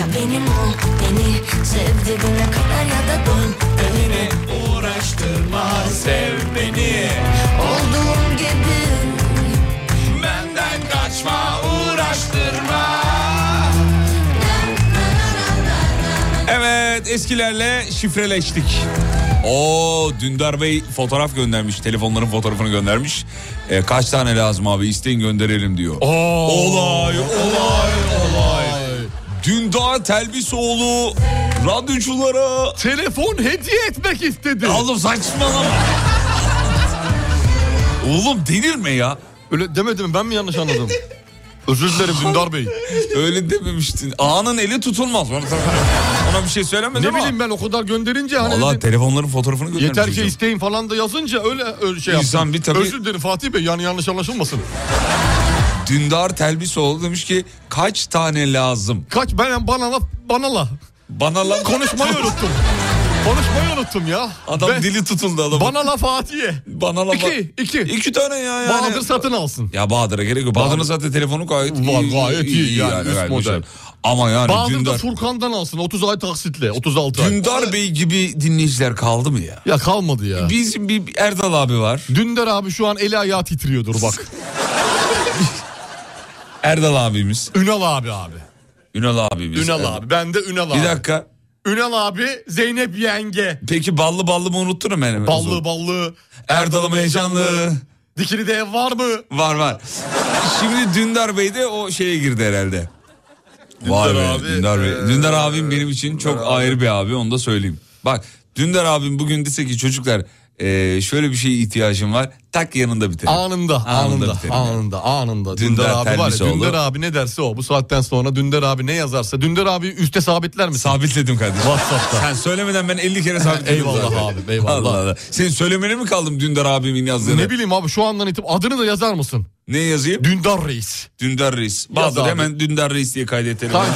Ya benim ol beni Sev dibine kadar ya da dön Evine
Uğraştırma sev beni
Olduğum gibi
Benden kaçma uğraştırma
Evet eskilerle şifreleştik. O Dündar Bey fotoğraf göndermiş. Telefonların fotoğrafını göndermiş. E, kaç tane lazım abi isteyin gönderelim diyor. Olay olay olay. Dündar Telbisoğlu radyoculara...
Telefon hediye etmek istedi.
Oğlum saçmalama. Oğlum denilme ya.
Öyle demedim ben mi yanlış
[LAUGHS]
anladım? Özür dilerim Dündar Bey.
Öyle dememiştin. Ağanın eli tutulmaz. Ona, ona bir şey söylemedim
Ne
ama.
bileyim ben o kadar gönderince hani
Valla
dedim,
telefonların fotoğrafını göndermiş.
yeter ki
hocam.
isteyin falan da yazınca öyle, öyle şey yaptım.
İnsan bir tabii-
Özür dilerim Fatih Bey yani yanlış anlaşılmasın.
Dündar Telbisoğlu demiş ki kaç tane lazım?
Kaç ben bana la, bana la.
Bana lan
Konuşmayı unuttum. Konuşmayı unuttum ya.
Adam
Ben-
dili tutuldu adam. Bana,
Bana la Fatih'e.
la
İki, iki.
İki tane ya yani.
Bahadır satın alsın.
Ya Bahadır'a gerek yok. Bahadır'ın zaten telefonu gayet
Var,
iyi.
gayet iyi yani, üst
gayet
model.
güzel. Ama yani
Bahadır da
Dündar,
Furkan'dan alsın 30 ay taksitle 36 ay.
Dündar Bey gibi dinleyiciler kaldı mı ya?
Ya kalmadı ya.
Bizim bir bir Erdal abi var.
Dündar abi şu an eli ayağı titriyordur bak.
[LAUGHS] Erdal abimiz.
Ünal abi abi.
Ünal abimiz.
Ünal
Erdal-
abi. Ben de Ünal abi.
Bir dakika.
Ünal abi Zeynep yenge.
Peki ballı ballı mı unuttun hemen hemen?
Ballı ballı.
Erdal'ım heyecanlı.
Dikili de ev var mı?
Var var. Şimdi Dündar Bey de o şeye girdi herhalde. Vay be
abi,
Dündar Bey.
eee,
Dündar abim benim için çok ayrı bir abi onu da söyleyeyim. Bak Dündar abim bugün dese ki çocuklar eee, şöyle bir şeye ihtiyacım var. Tak yanında biterim.
Anında,
Anında
anında,
biterim.
anında, anında,
Dündar
Dündar, abi var ya,
Telbisoğlu. [LAUGHS]
Dündar abi ne derse o. Bu saatten sonra Dündar abi ne yazarsa. Dündar abi üste sabitler mi?
Sabitledim kardeşim.
WhatsApp'ta.
Sen söylemeden ben 50 kere
[LAUGHS]
sabitledim.
Eyvallah
zaten.
abi, eyvallah.
Allah Allah. Senin söylemene mi kaldım Dündar abimin yazdığını?
ne bileyim abi şu andan itibaren adını da yazar mısın?
Ne yazayım?
Dündar Reis.
Dündar Reis. Bazıları
abi.
hemen Dündar Reis diye kaydetelim.
Kaydet.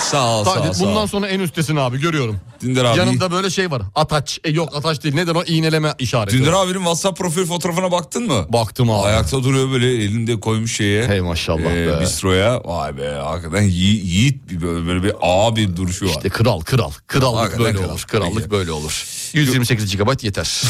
Sağ ol, sağ ol,
Sadece
sağ ol.
bundan sonra en üstesin abi görüyorum.
Dündar abi.
Yanında böyle şey var. Ataç. E yok ataç değil. Neden o iğneleme işareti?
Dündar abinin WhatsApp profil fotoğrafına baktın mı?
Baktım abi.
Ayakta duruyor böyle elinde koymuş şeye.
Hey maşallah
Ee,
be.
Bistroya. Vay be hakikaten yi- yiğit bir böyle, böyle bir abi duruşu var. Ee,
İşte kral kral. Krallık
Hakikaten
böyle
kral.
olur. Krallık
Peki.
böyle olur. 128 GB
[LAUGHS]
yeter.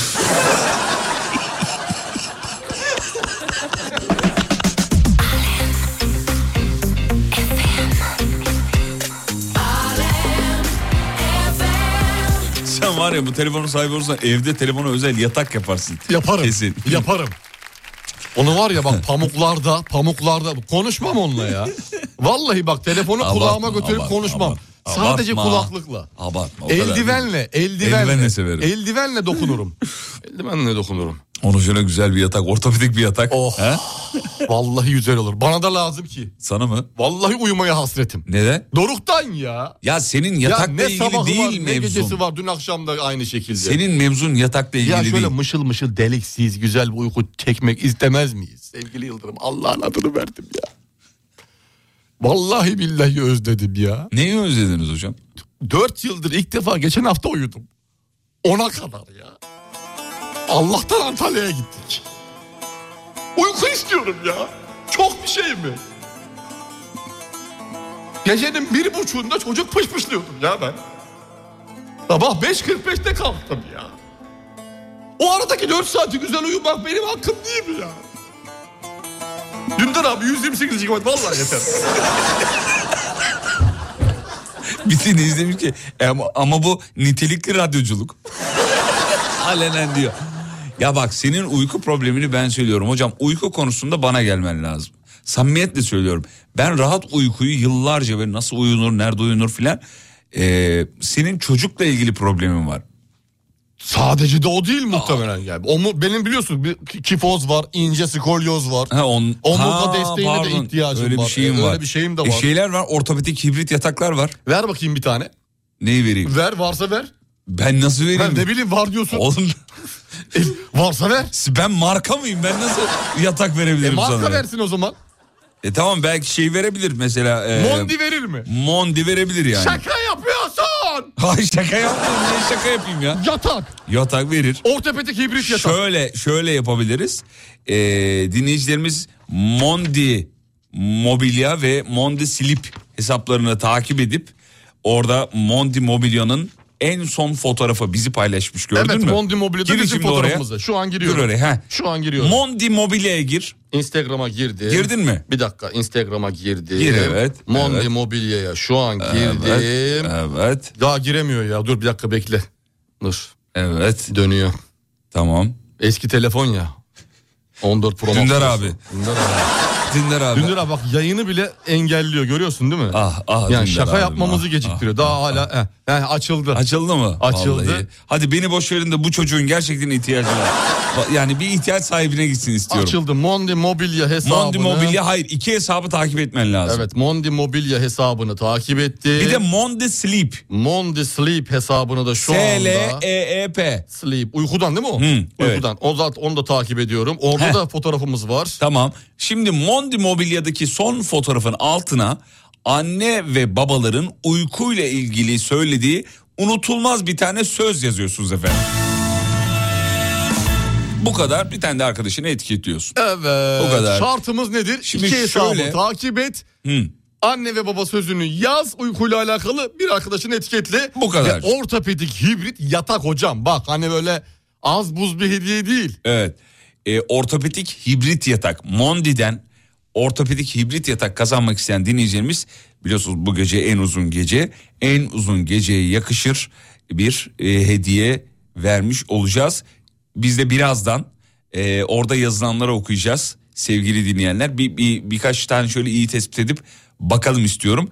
Sen var ya bu telefonun sahibi olursan evde telefona özel yatak yaparsın.
Yaparım.
Kesin.
Yaparım. Onu var ya
[LAUGHS]
bak pamuklarda pamuklarda konuşmam onunla ya. Vallahi bak telefonu
Abartma,
kulağıma götürüp
abartma,
konuşmam.
abartma.
Sadece
Abartma.
kulaklıkla.
Abartma. o kadar değil.
Eldivenle, eldivenle.
Eldivenle severim.
Eldivenle
[LAUGHS]
dokunurum. eldivenle dokunurum.
Onun şöyle güzel bir yatak, ortopedik bir yatak.
Oh.
He?
[LAUGHS] Vallahi güzel olur. Bana da lazım ki.
Sana mı?
Vallahi uyumaya hasretim.
Neden?
Doruktan ya.
Ya senin
Ya
yatakla
ne
ilgili
sabahı
değil
var ne
mevzun.
gecesi var dün akşam da aynı şekilde.
Senin mevzun yatakla ilgili
ya şöyle
değil.
mışıl mışıl deliksiz güzel bir uyku çekmek istemez miyiz? Sevgili Yıldırım Allah'ın adını verdim ya. Vallahi billahi özledim ya.
Neyi özlediniz hocam?
Dört yıldır ilk defa geçen hafta uyudum. Ona kadar ya. Allah'tan Antalya'ya gittik. Uyku istiyorum ya. Çok bir şey mi? Gecenin bir buçuğunda çocuk pışpışlıyordum ya ben. Sabah 5.45'te kalktım ya. O aradaki 4 saati güzel uyumak benim hakkım değil mi ya? Dündar abi 128 GB vallahi yeter.
Bir tane izlemiş ki "E ama, ama bu nitelikli radyoculuk. Alenen diyor. Ya bak senin uyku problemini ben söylüyorum hocam. Uyku konusunda bana gelmen lazım. samimiyetle söylüyorum. Ben rahat uykuyu yıllarca ve nasıl uyunur, nerede uyunur filan. Ee, senin çocukla ilgili problemin var.
Sadece de o değil muhtemelen yani. O mu, benim biliyorsun bir ki- kifoz var, ince skolyoz var.
Ha, on,
Omurga
Ha,
desteğine
pardon.
de ihtiyacım
öyle
var.
Bir şeyim
Ee,
var.
Öyle bir şeyim de var. E,
E, şeyler var ortopedik hibrit yataklar var.
Ver bakayım bir tane.
Neyi vereyim?
Ver varsa ver.
Ben nasıl vereyim?
Ben ne bileyim var diyorsun.
Oğlum
[LAUGHS] E, varsa ver.
ben marka mıyım? Ben nasıl yatak
E,
verebilirim sana?
marka versin o zaman.
E tamam belki şey verebilir mesela. e,
Mondi verir mi?
Mondi verebilir yani.
Şaka yapıyorsun.
Hayır şaka yapmıyorum. Niye şaka yapayım ya?
Yatak.
Yatak verir.
Ortopedik hibrit yatak.
Şöyle şöyle yapabiliriz. E, dinleyicilerimiz Mondi mobilya ve Mondi slip hesaplarını takip edip orada Mondi mobilyanın en son fotoğrafı bizi paylaşmış gördün
evet
mü?
Mondi Mobilya'da
Gir
bizim
şimdi oraya.
fotoğrafımızda. Şu an
Gir
giriyorum.
oraya. ha.
Şu an giriyorum.
Mondi mobilyaya gir.
Instagram'a girdim.
Girdin mi?
Bir dakika Instagram'a girdim.
Gir, evet,
Mondi
evet.
Mobilya'ya şu an girdim.
Evet. Evet.
Daha giremiyor ya. Dur bir dakika bekle. Dur.
Evet.
Dönüyor.
Tamam.
Eski telefon ya. 14 Pro Max.
Dündar abi.
Dündar abi.
[LAUGHS] Dündar abi.
Dündar abi bak yayını bile engelliyor görüyorsun değil mi?
Ah ah.
yani
Dündar
şaka
abim,
yapmamızı
ah,
geciktiriyor.
ah,
Daha
ah,
hala
ah.
heh, heh, açıldı.
Açıldı mı?
Açıldı.
Vallahi. Hadi beni boş verin de bu çocuğun gerçekten ihtiyacı var. Ba- yani bir ihtiyaç sahibine gitsin istiyorum.
Açıldı. Mondi Mobilya hesabını.
Mondi Mobilya hayır iki hesabı takip etmen lazım.
Evet Mondi Mobilya hesabını takip etti.
Bir de Mondi Sleep.
Mondi Sleep hesabını da şu
S L
anda...
E E P.
Sleep. Uykudan değil mi o?
Hı, evet.
Uykudan. O zaten onu da takip ediyorum. Orada
Heh.
da fotoğrafımız var.
Tamam. Şimdi Mondi Mobilya'daki son fotoğrafın altına anne ve babaların uykuyla ilgili söylediği unutulmaz bir tane söz yazıyorsunuz efendim. Bu kadar bir tane de arkadaşını etiketliyorsun.
Evet.
O kadar.
Şartımız nedir?
Şimdi
İki hesabı
şöyle-
takip et.
Hı.
Anne ve baba sözünü yaz uykuyla alakalı bir arkadaşını etiketle.
Bu kadar.
Ve ortopedik hibrit yatak hocam. Bak hani böyle az buz bir hediye değil.
Evet. E, ortopedik hibrit yatak Mondi'den ortopedik hibrit yatak kazanmak isteyen dinleyicilerimiz biliyorsunuz bu gece en uzun gece en uzun geceye yakışır bir e, hediye vermiş olacağız. Biz de birazdan e, orada yazılanları okuyacağız sevgili dinleyenler. Bir, bir birkaç tane şöyle iyi tespit edip bakalım istiyorum.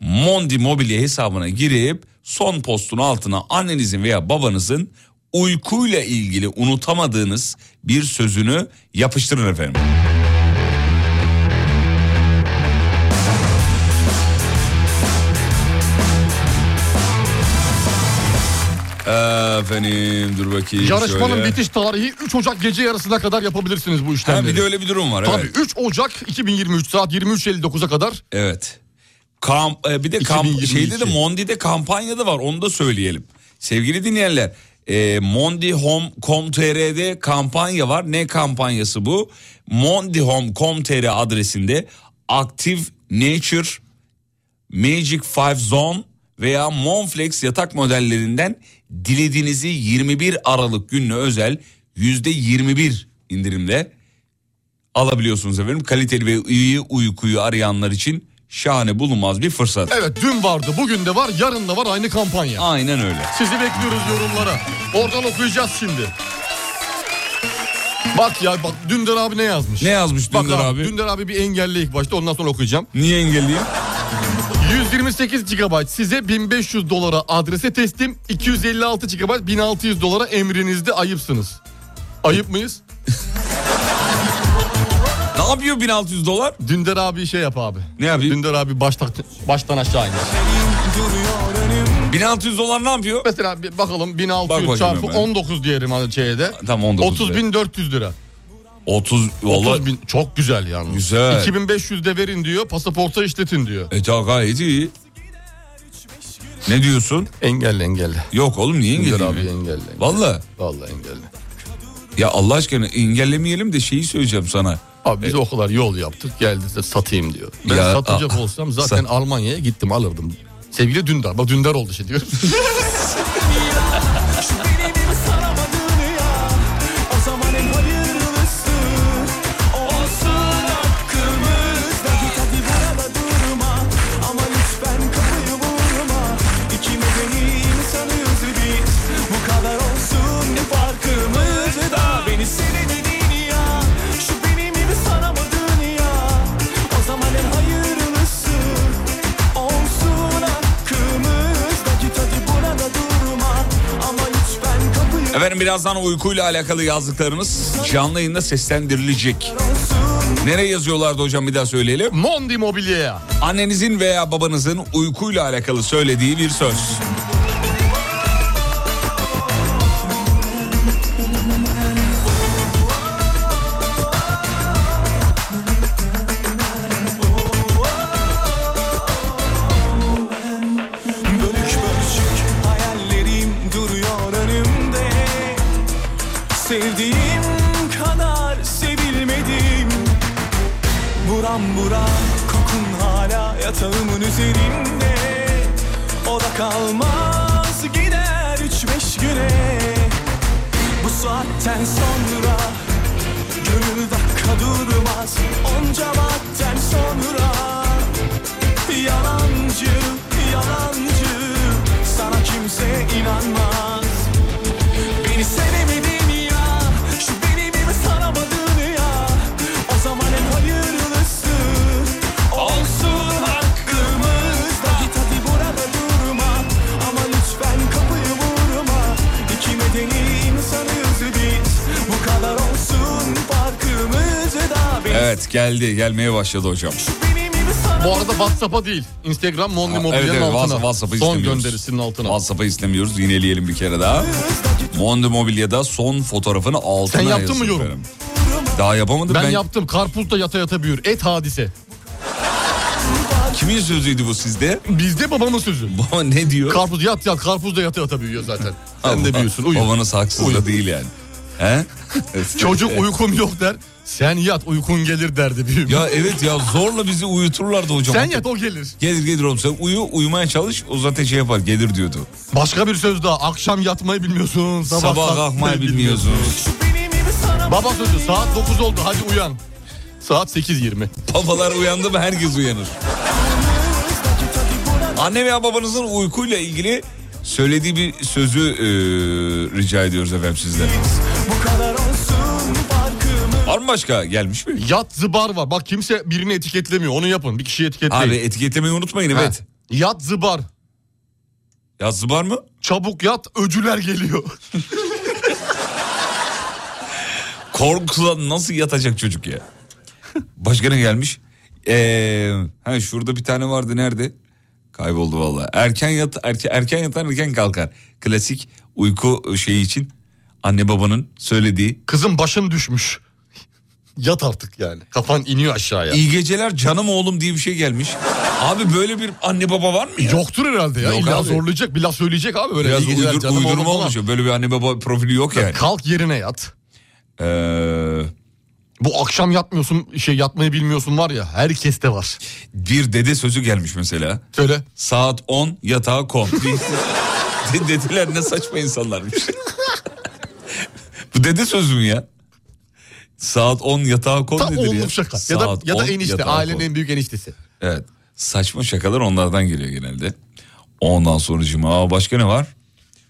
Mondi Mobilya hesabına girip son postun altına annenizin veya babanızın uykuyla ilgili unutamadığınız bir sözünü yapıştırın efendim. Ee, Efendim dur bakayım
Yarışmanın
şöyle.
bitiş tarihi 3 Ocak gece yarısına kadar yapabilirsiniz bu işlemleri.
Ha, bir de öyle bir durum var
Tabii
evet.
3 Ocak 2023 saat 23.59'a kadar
Evet. Kamp, e, bir de kamp,
2022.
şeyde de Mondi'de kampanya da var onu da söyleyelim. Sevgili dinleyenler e, mondihome.com.tr'de kampanya var. Ne kampanyası bu? mondihome.com.tr adresinde Active Nature Magic 5 Zone veya Monflex yatak modellerinden dilediğinizi 21 Aralık gününe özel %21 indirimle alabiliyorsunuz efendim. Kaliteli ve iyi uykuyu arayanlar için şahane bulunmaz bir fırsat.
evet dün vardı bugün de var yarın da var aynı kampanya.
Aynen öyle.
Sizi bekliyoruz yorumlara. Oradan okuyacağız şimdi. Bak ya bak Dündar abi ne yazmış?
Ne yazmış
Bak
Dündar abi?
Dündar abi bir engelli ilk başta ondan sonra okuyacağım.
Niye engelliyim?
128 GB size 1500 dolara adrese teslim. 256 GB 1600 dolara emrinizde ayıpsınız. Ayıp mıyız?
Ne yapıyor 1600 dolar?
Dündar abi şey yap abi.
Ne yapayım?
Dündar abi baştan, baştan aşağı iner.
1600 dolar ne yapıyor?
Mesela bir bakalım
Bak
1600
bakayım
çarpı
hemen.
19 diyelim hadi şeyde.
Tamam, 19 diyelim.
30.400 lira.
30 vallahi
30 bin çok güzel yalnız.
Güzel.
2500 de verin diyor pasaporta işletin diyor.
E ta gayet iyi. Ne diyorsun?
Engelli engelli.
Yok oğlum niye
Güzel abi
engelliyim?
engelli.
Valla
Vallahi engelli.
ya Allah aşkına engellemeyelim de şeyi söyleyeceğim sana. E-
Abi biz o kadar yol yaptık geldi de satayım diyor. Ben
Ya, ah,
satacak
aa,
olsam zaten Almanya'ya gittim alırdım. Sevgili Dündar. Bak Dündar oldu şey diyor.
Beni seni dediğin ya Şu benim gibi saramadığın ya
Efendim birazdan uykuyla alakalı yazdıklarınız canlı yayında seslendirilecek. Nereye yazıyorlardı hocam bir daha söyleyelim.
Mondi Mobilya'ya.
Annenizin veya babanızın uykuyla alakalı söylediği bir söz.
Bölük bölçük hayallerim duruyor önümde Sevdiğim kadar sevilmedim Buram buram kokun hala yatağımın üzerinde O da kalmaz gider üç beş güne Bu saatten sonra Gönül dakika durmaz Onca vakten sonra Yalancı, yalancı Sana kimse inanmaz Beni sevemedin ya Şu benimimi saramadın ya O zaman en hayırlısı Olsun hakkımızda Git hadi burada durma Ama lütfen kapıyı vurma İki medeni insanız biz Bu kadar olsun farkımızda Beni
Evet geldi gelmeye başladı hocam.
benimimi saramadın
Bu arada WhatsApp'a değil. Instagram Mondi
Ha,
Mobilya'nın
evet, evet,
altına.
WhatsApp- WhatsApp'ı
Son
istemiyoruz.
gönderisinin altına.
WhatsApp'a istemiyoruz yineleyelim bir kere daha. Mondo Mobilya'da son fotoğrafını altına
Sen yaptın mı
yazın
yorum?
efendim. Daha yapamadım.
ben,
Ben,
yaptım. Karpuzda yata yata büyür. Et hadise.
Kimin sözüydü bu sizde?
Bizde babamın sözü.
[LAUGHS] Baba ne diyor?
Karpuz yat yat. Karpuz da yata yata büyüyor zaten. Sen de büyüyorsun. Uyu.
Babanız haksız
Uyu.
da değil yani. He?
[LAUGHS] Çocuk uykum yok der. Sen yat uykun gelir derdi büyüm.
Ya evet ya zorla bizi uyuturlardı hocam.
Sen yat o gelir.
Gelir gelir oğlum sen uyu uyumaya çalış o zaten şey yapar gelir diyordu.
Başka bir söz daha. Akşam yatmayı bilmiyorsun. Sabah,
Sabah, kalkmayı bilmiyorsunuz.
Benimimi saramadın
Baba sözü saat 9 oldu hadi uyan. Saat 8.20.
Babalar uyandı mı herkes uyanır. Anne veya babanızın uykuyla ilgili söylediği bir sözü e, rica ediyoruz efendim sizden.
Bu kadar olsun farkımız
Var mı başka gelmiş mi?
Yat zıbar var. Bak kimse birini etiketlemiyor. Onu yapın. Bir kişiyi etiketleyin.
Abi etiketlemeyi unutmayın
Ha.
evet.
Yat zıbar.
Yazısı var mı?
Çabuk yat öcüler geliyor.
Korkudan nasıl yatacak çocuk ya? Başka ne gelmiş? Ee, ha şurada bir tane vardı nerede? Kayboldu valla. Erken yat erken, erken yatan erken kalkar. Klasik uyku şeyi için anne babanın söylediği.
Kızım başın düşmüş. Yat artık yani. Kafan iniyor aşağıya.
İyi geceler canım oğlum diye bir şey gelmiş. Abi böyle bir anne baba var mı ya?
Yoktur herhalde ya.
Yok
İlla
abi.
zorlayacak bir laf söyleyecek abi. Böyle
Biraz
iyi geceler
uydur-
canım oğlum
uydurma
falan.
olmuş. ya. Böyle bir anne baba
[LAUGHS]
profili yok yani.
Kalk yerine yat.
Ee,
Bu akşam yatmıyorsun şey yatmayı bilmiyorsun var ya herkeste var.
bir dede sözü gelmiş mesela.
Söyle.
Saat 10 yatağa kon. De- [LAUGHS] Dediler ne saçma insanlarmış. Bu dede sözü mü ya? Saat 10 yatağa kon
Tam
nedir
oğlum
ya?
şaka. Ya da,
Saat
ya da
10
enişte
yatağa
ailenin
kon.
en büyük eniştesi.
Evet. Saçma şakalar onlardan geliyor genelde. Ondan sonra Aa başka ne var?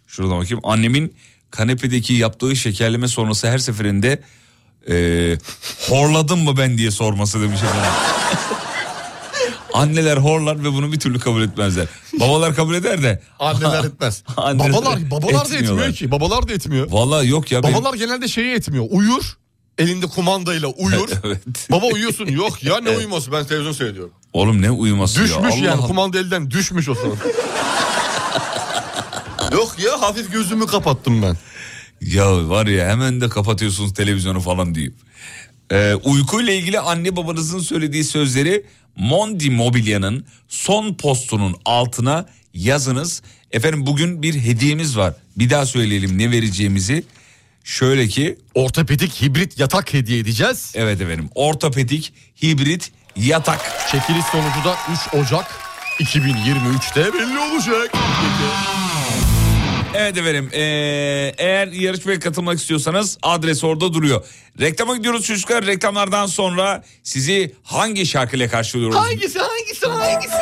Şuradan bakayım. Annemin kanepedeki yaptığı şekerleme sonrası her seferinde eee horladın mı ben diye sorması demiş
[LAUGHS]
efendim. Anneler horlar ve bunu bir türlü kabul etmezler. Babalar kabul eder de. [LAUGHS]
Anneler etmez.
Anneler
babalar babalar da
etmiyorlar.
etmiyor ki. Babalar da etmiyor.
Vallahi yok ya. benim-
Babalar genelde şeye etmiyor. Uyur. Elinde kumandayla uyur.
[LAUGHS] Evet.
Baba uyuyorsun. Yok ya ne uyuması ben televizyon seyrediyorum.
Oğlum ne uyuması ya.
Düşmüş
Allah
yani
Allah.
kumanda elden düşmüş o sırada. Yok ya hafif gözümü kapattım ben.
Ya var ya hemen de kapatıyorsunuz televizyonu falan deyip. Ee, uykuyla ilgili anne babanızın söylediği sözleri Mondi Mobilya'nın son postunun altına yazınız. Efendim bugün bir hediyemiz var. Bir daha söyleyelim ne vereceğimizi. Şöyle ki
Ortopedik hibrit yatak hediye edeceğiz.
evet efendim ortopedik hibrit yatak.
Çekiliş sonucu da 3 Ocak 2023'te belli olacak.
Evet efendim ee, eğer yarışmaya katılmak istiyorsanız adres orada duruyor. Reklama gidiyoruz çocuklar reklamlardan sonra sizi hangi şarkıyla karşılıyoruz?
Hangisi hangisi hangisi?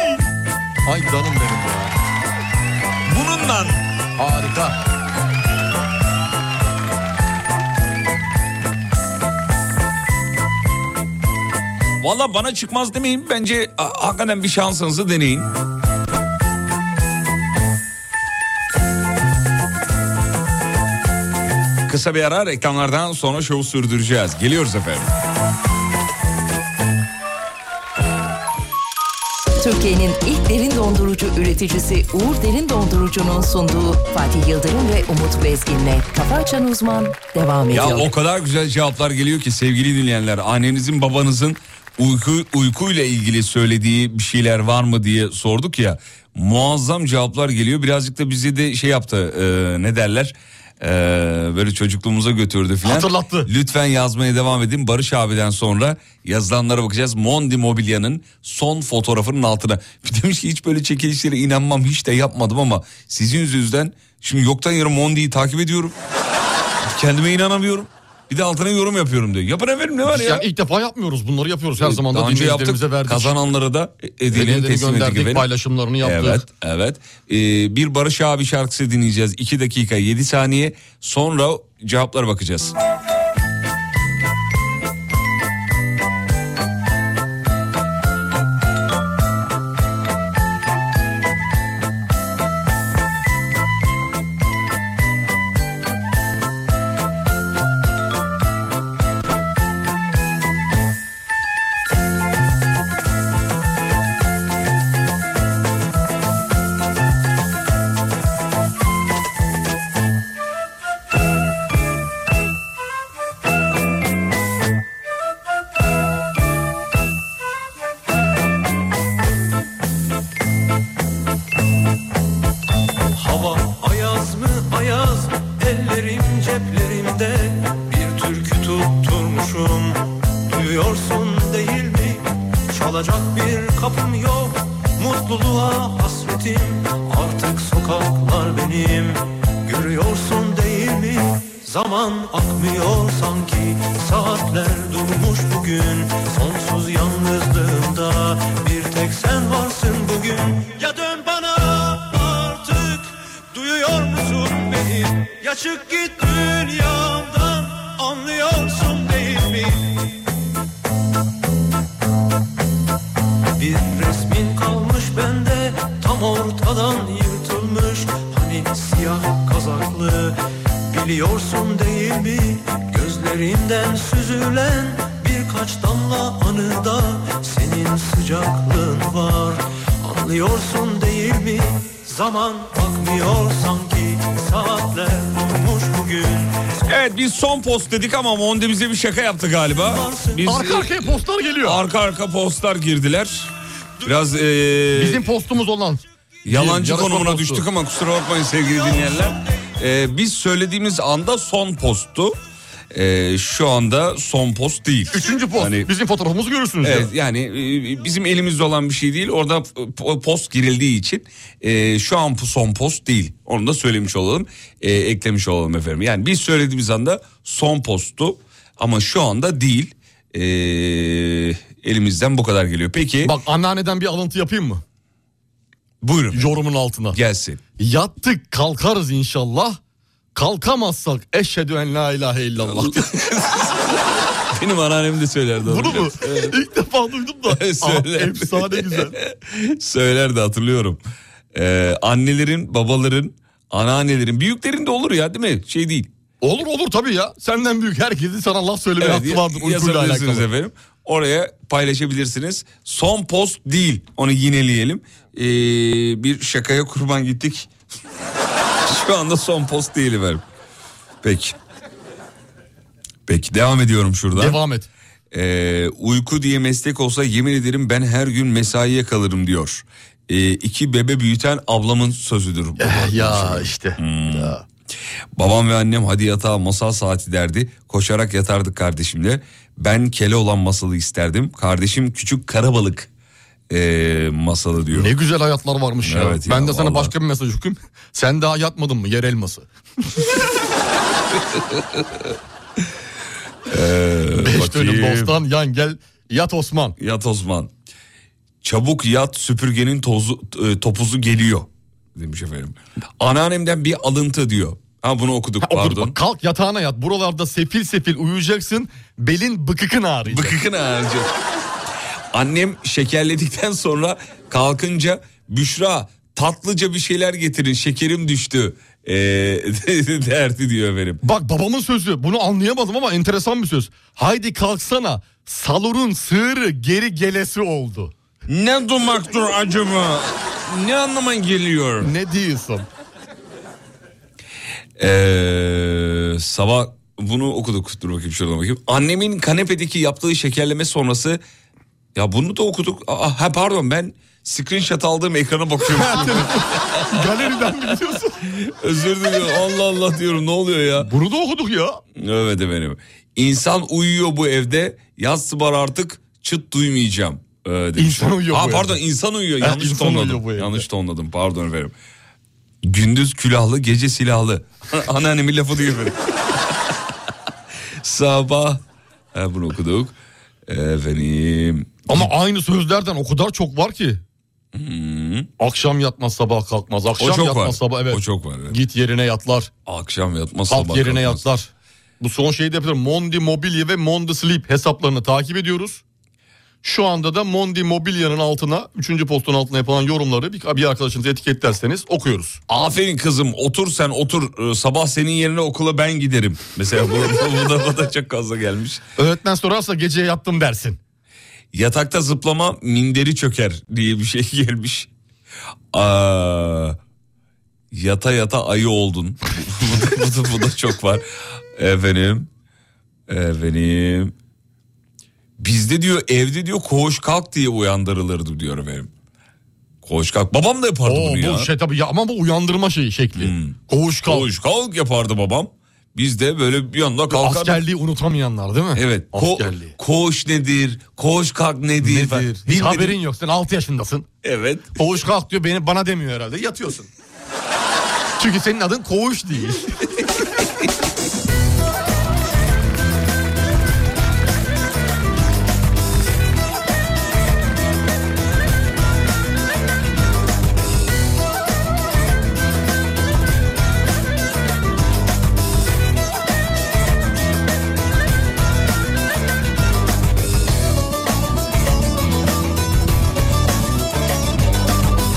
Ay canım benim ya.
Bununla
Harika.
Valla bana çıkmaz demeyin. Bence a- hakikaten bir şansınızı deneyin. Kısa bir ara reklamlardan sonra şovu sürdüreceğiz. Geliyoruz efendim.
Türkiye'nin ilk derin dondurucu üreticisi Uğur Derin Dondurucu'nun sunduğu Fatih Yıldırım ve Umut Bezgin'le Kafa Açan Uzman devam
Ya
ediyor.
o kadar güzel cevaplar geliyor ki sevgili dinleyenler. Annenizin babanızın uyku uykuyla ilgili söylediği bir şeyler var mı diye sorduk ya. Muazzam cevaplar geliyor. Birazcık da bizi de şey yaptı e, ne derler? E, böyle çocukluğumuza götürdü filan.
Hatırlattı.
Lütfen yazmaya devam edin. Barış abiden sonra yazılanlara bakacağız. Mondi Mobilya'nın son fotoğrafının altına. [LAUGHS] Bir demiş ki hiç böyle çekilişlere inanmam hiç de yapmadım ama sizin yüzünüzden şimdi yoktan yarı Mondi'yi takip ediyorum. Kendime inanamıyorum. Bir de altına yorum yapıyorum diyor. Yapın efendim ne var
Biz
ya?
yani ilk defa yapmıyoruz bunları yapıyoruz. Her zaman da
Daha önce
dinleyicilerimize
yaptık.
verdik.
Kazananlara da hediyelerini
Hediyeleri
teslim ettik
gönderdik,
efendim.
paylaşımlarını yaptık.
Evet, evet. Ee, bir Barış abi şarkısı dinleyeceğiz. 2 dakika 7 saniye sonra cevaplara bakacağız.
Hava ayaz mı ayaz Ellerim ceplerimde Bir türkü tutturmuşum Duyuyorsun değil mi Çalacak bir kapım yok Mutluluğa hasretim Artık sokaklar benim Görüyorsun değil mi Zaman akmıyor sanki Saatler durmuş bugün Sonsuz yalnızlığımda Bir tek sen varsın bugün Ya dön bana artık Duyuyor musun beni Ya çık git dünyamdan Anlıyorsun değil mi Bir resmin kalmış bende Tam ortadan yırtılmış Hani siyah kazaklı Biliyorsun değil mi Gözlerimden süzülen Birkaç damla anıda Senin sıcaklığın var Anlıyorsun değil mi Zaman bakmıyor sanki Saatler durmuş bugün
Evet biz son post dedik ama Mondi bize bir şaka yaptı galiba. Biz,
Arka arkaya postlar geliyor.
Arka arka postlar girdiler. Biraz ee, eee,
Bizim postumuz olan.
yalancı
yarışma
konumuna
postu.
düştük ama kusura bakmayın sevgili dinleyenler. Eee, biz söylediğimiz anda son posttu. Eee, şu anda son post değil.
Üçüncü post.
Hani-
Bizim fotoğrafımızı görürsünüz. ya.
Evet, yani e, bizim elimizde olan bir şey değil. Orada po- post girildiği için e, şu an bu son post değil. Onu da söylemiş olalım, e, eklemiş olalım efendim. Yani biz söylediğimiz anda son posttu ama şu anda değil. E, elimizden bu kadar geliyor. Peki
Bak anneanneden bir alıntı yapayım mı?
buyurun
Yorumun altına.
gelsin.
Yattık kalkarız inşallah. Kalkamazsak eşhedü en la ilahe illallah.
[LAUGHS] Benim anneannem de söylerdi onu.
Bunu mu? İlk defa duydum
[LAUGHS]
da.
Söyle.
Aa, efsane güzel.
Söylerdi hatırlıyorum. E, annelerin, babaların, anneannelerin, büyüklerin de olur ya değil mi? Şey değil.
Olur olur tabii ya. Senden büyük herkesin sana laf söyleme
Evet,
hakkı vardır uykuyla
yazabilirsiniz
alakalı.
efendim. Oraya paylaşabilirsiniz. Son post değil. Onu yineleyelim. Ee, bir şakaya kurban gittik. [LAUGHS] Şu anda son post değil efendim. Peki. Peki devam ediyorum şuradan.
Devam et.
Ee, uyku diye meslek olsa yemin ederim ben her gün mesaiye kalırım diyor. Ee, iki bebe büyüten ablamın sözüdür. bu.
Eh,
Hmm.
Ya işte. Ya.
Babam ve annem hadi yatağa masal saati derdi. Koşarak yatardık kardeşimle. Ben kele olan masalı isterdim. Kardeşim küçük karabalık eee, masalı diyor.
Ne güzel hayatlar varmış ya.
Evet ya,
ben de sana
vallahi.
başka bir mesaj okuyayım. Sen daha yatmadın mı? Yer
[LAUGHS]
elması. Beş dönüm
Ee, bakayım.
bostan yan gel yat Osman.
Yat Osman. Çabuk yat süpürgenin tozu, e, topuzu geliyor demiş efendim. Anneannemden bir alıntı diyor. Ha bunu okuduk
Otur,
pardon.
bak, kalk yatağına yat. Buralarda sefil sefil uyuyacaksın. Belin bıkıkın ağrıyacak.
Bıkıkın ağacı. Annem şekerledikten sonra kalkınca Büşra tatlıca bir şeyler getirin şekerim düştü e, [LAUGHS] derdi diyor efendim.
Bak babamın sözü bunu anlayamadım ama enteresan bir söz. Haydi kalksana salurun sığırı geri gelesi oldu.
Ne dumaktır acaba? Ne anlama geliyor?
Ne diyorsun?
Ee, sabah bunu okuduk. Dur bakayım şuradan bakayım. Annemin kanepedeki yaptığı şekerleme sonrası... Ya bunu da okuduk. Aa, ha pardon ben screenshot aldığım ekrana bakıyorum.
Galeriden mi gidiyorsun?
Özür diliyorum. Allah Allah diyorum ne oluyor ya?
Bunu da okuduk ya.
Evet efendim. İnsan uyuyor bu evde. Yatsı bar artık çıt duymayacağım. Ee, demiş.
İnsan uyuyor
ha,
bu
pardon
evde.
insan uyuyor.
Ha,
Yanlış
insan
tonladım.
uyuyor bu evde.
Yanlış tonladım. Pardon efendim. Gündüz külahlı, gece silahlı. [LAUGHS] Anneannemin lafı diyor efendim. [LAUGHS] Sabah. Ha, bunu okuduk. Efendim.
Ama aynı sözlerden o kadar çok var ki. Akşam yatmaz sabah kalkmaz.
Hmm. O
Akşam
çok
yatmaz
var.
sabah evet.
O çok var. evet.
Git yerine yatlar.
Akşam yatmaz
Kalk
sabah
yerine
kalkmaz.
yatlar. Bu son şeyi de yapıyorum. Mondi Mobilya ve Mondi Sleep hesaplarını takip ediyoruz. Şu anda da Mondi Mobilya'nın altına, 3. postun altına yapılan yorumları bir, bir arkadaşınızı etiketlerseniz okuyoruz.
Aferin kızım otur sen otur Ee, sabah senin yerine okula ben giderim. Mesela bu, [LAUGHS] bu, bu da, bu da çok fazla gelmiş.
[LAUGHS] Öğretmen sorarsa gece yattım dersin.
Yatakta zıplama minderi çöker diye bir şey [LAUGHS] gelmiş. Aa, yata yata ayı oldun. [LAUGHS] bu, da, bu, da, bu da çok var. Efendim. Efendim. Bizde diyor evde diyor koğuş kalk diye uyandırılırdı diyor efendim. Koğuş kalk. Babam da yapardı
Oo,
bunu ya.
bu şey tabii ya Hmm. ama bu uyandırma şeyi şekli. Koğuş kalk.
Koğuş kalk yapardı babam. Biz de böyle bir anda kalkardık.
Askerliği unutamayanlar değil mi?
Evet. Ko-
Askerliği.
koğuş nedir? Koğuş kalk nedir? falan.
Nedir? Hiç
Bilmediğim-
haberin yok. Sen 6 yaşındasın.
Evet.
Koğuş kalk diyor beni bana demiyor herhalde. [LAUGHS] Yatıyorsun. Çünkü senin adın koğuş [LAUGHS] değil.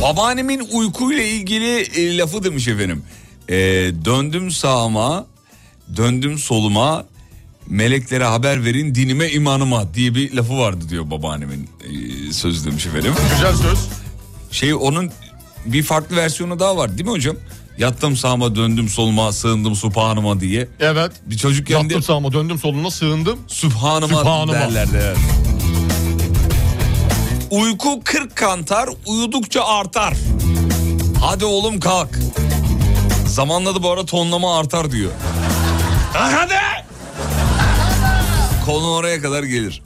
Babaannemin uykuyla ilgili e, lafı demiş efendim. E, döndüm sağıma, döndüm soluma, meleklere haber verin dinime imanıma diye bir lafı vardı diyor babaannemin e, sözü demiş efendim.
Güzel söz.
Şey onun bir farklı versiyonu daha var değil mi hocam? Yattım sağıma döndüm soluma sığındım suphanıma diye.
Evet.
Bir çocuk kendi
Yattım sağıma döndüm soluna sığındım.
Sübhanıma,
Sübhanıma.
derlerdi. evet. Uyku 40 kantar, uyudukça artar. Hadi oğlum kalk. Zamanla da bu ara tonlama artar diyor. Kalk hadi! Konu oraya kadar gelir.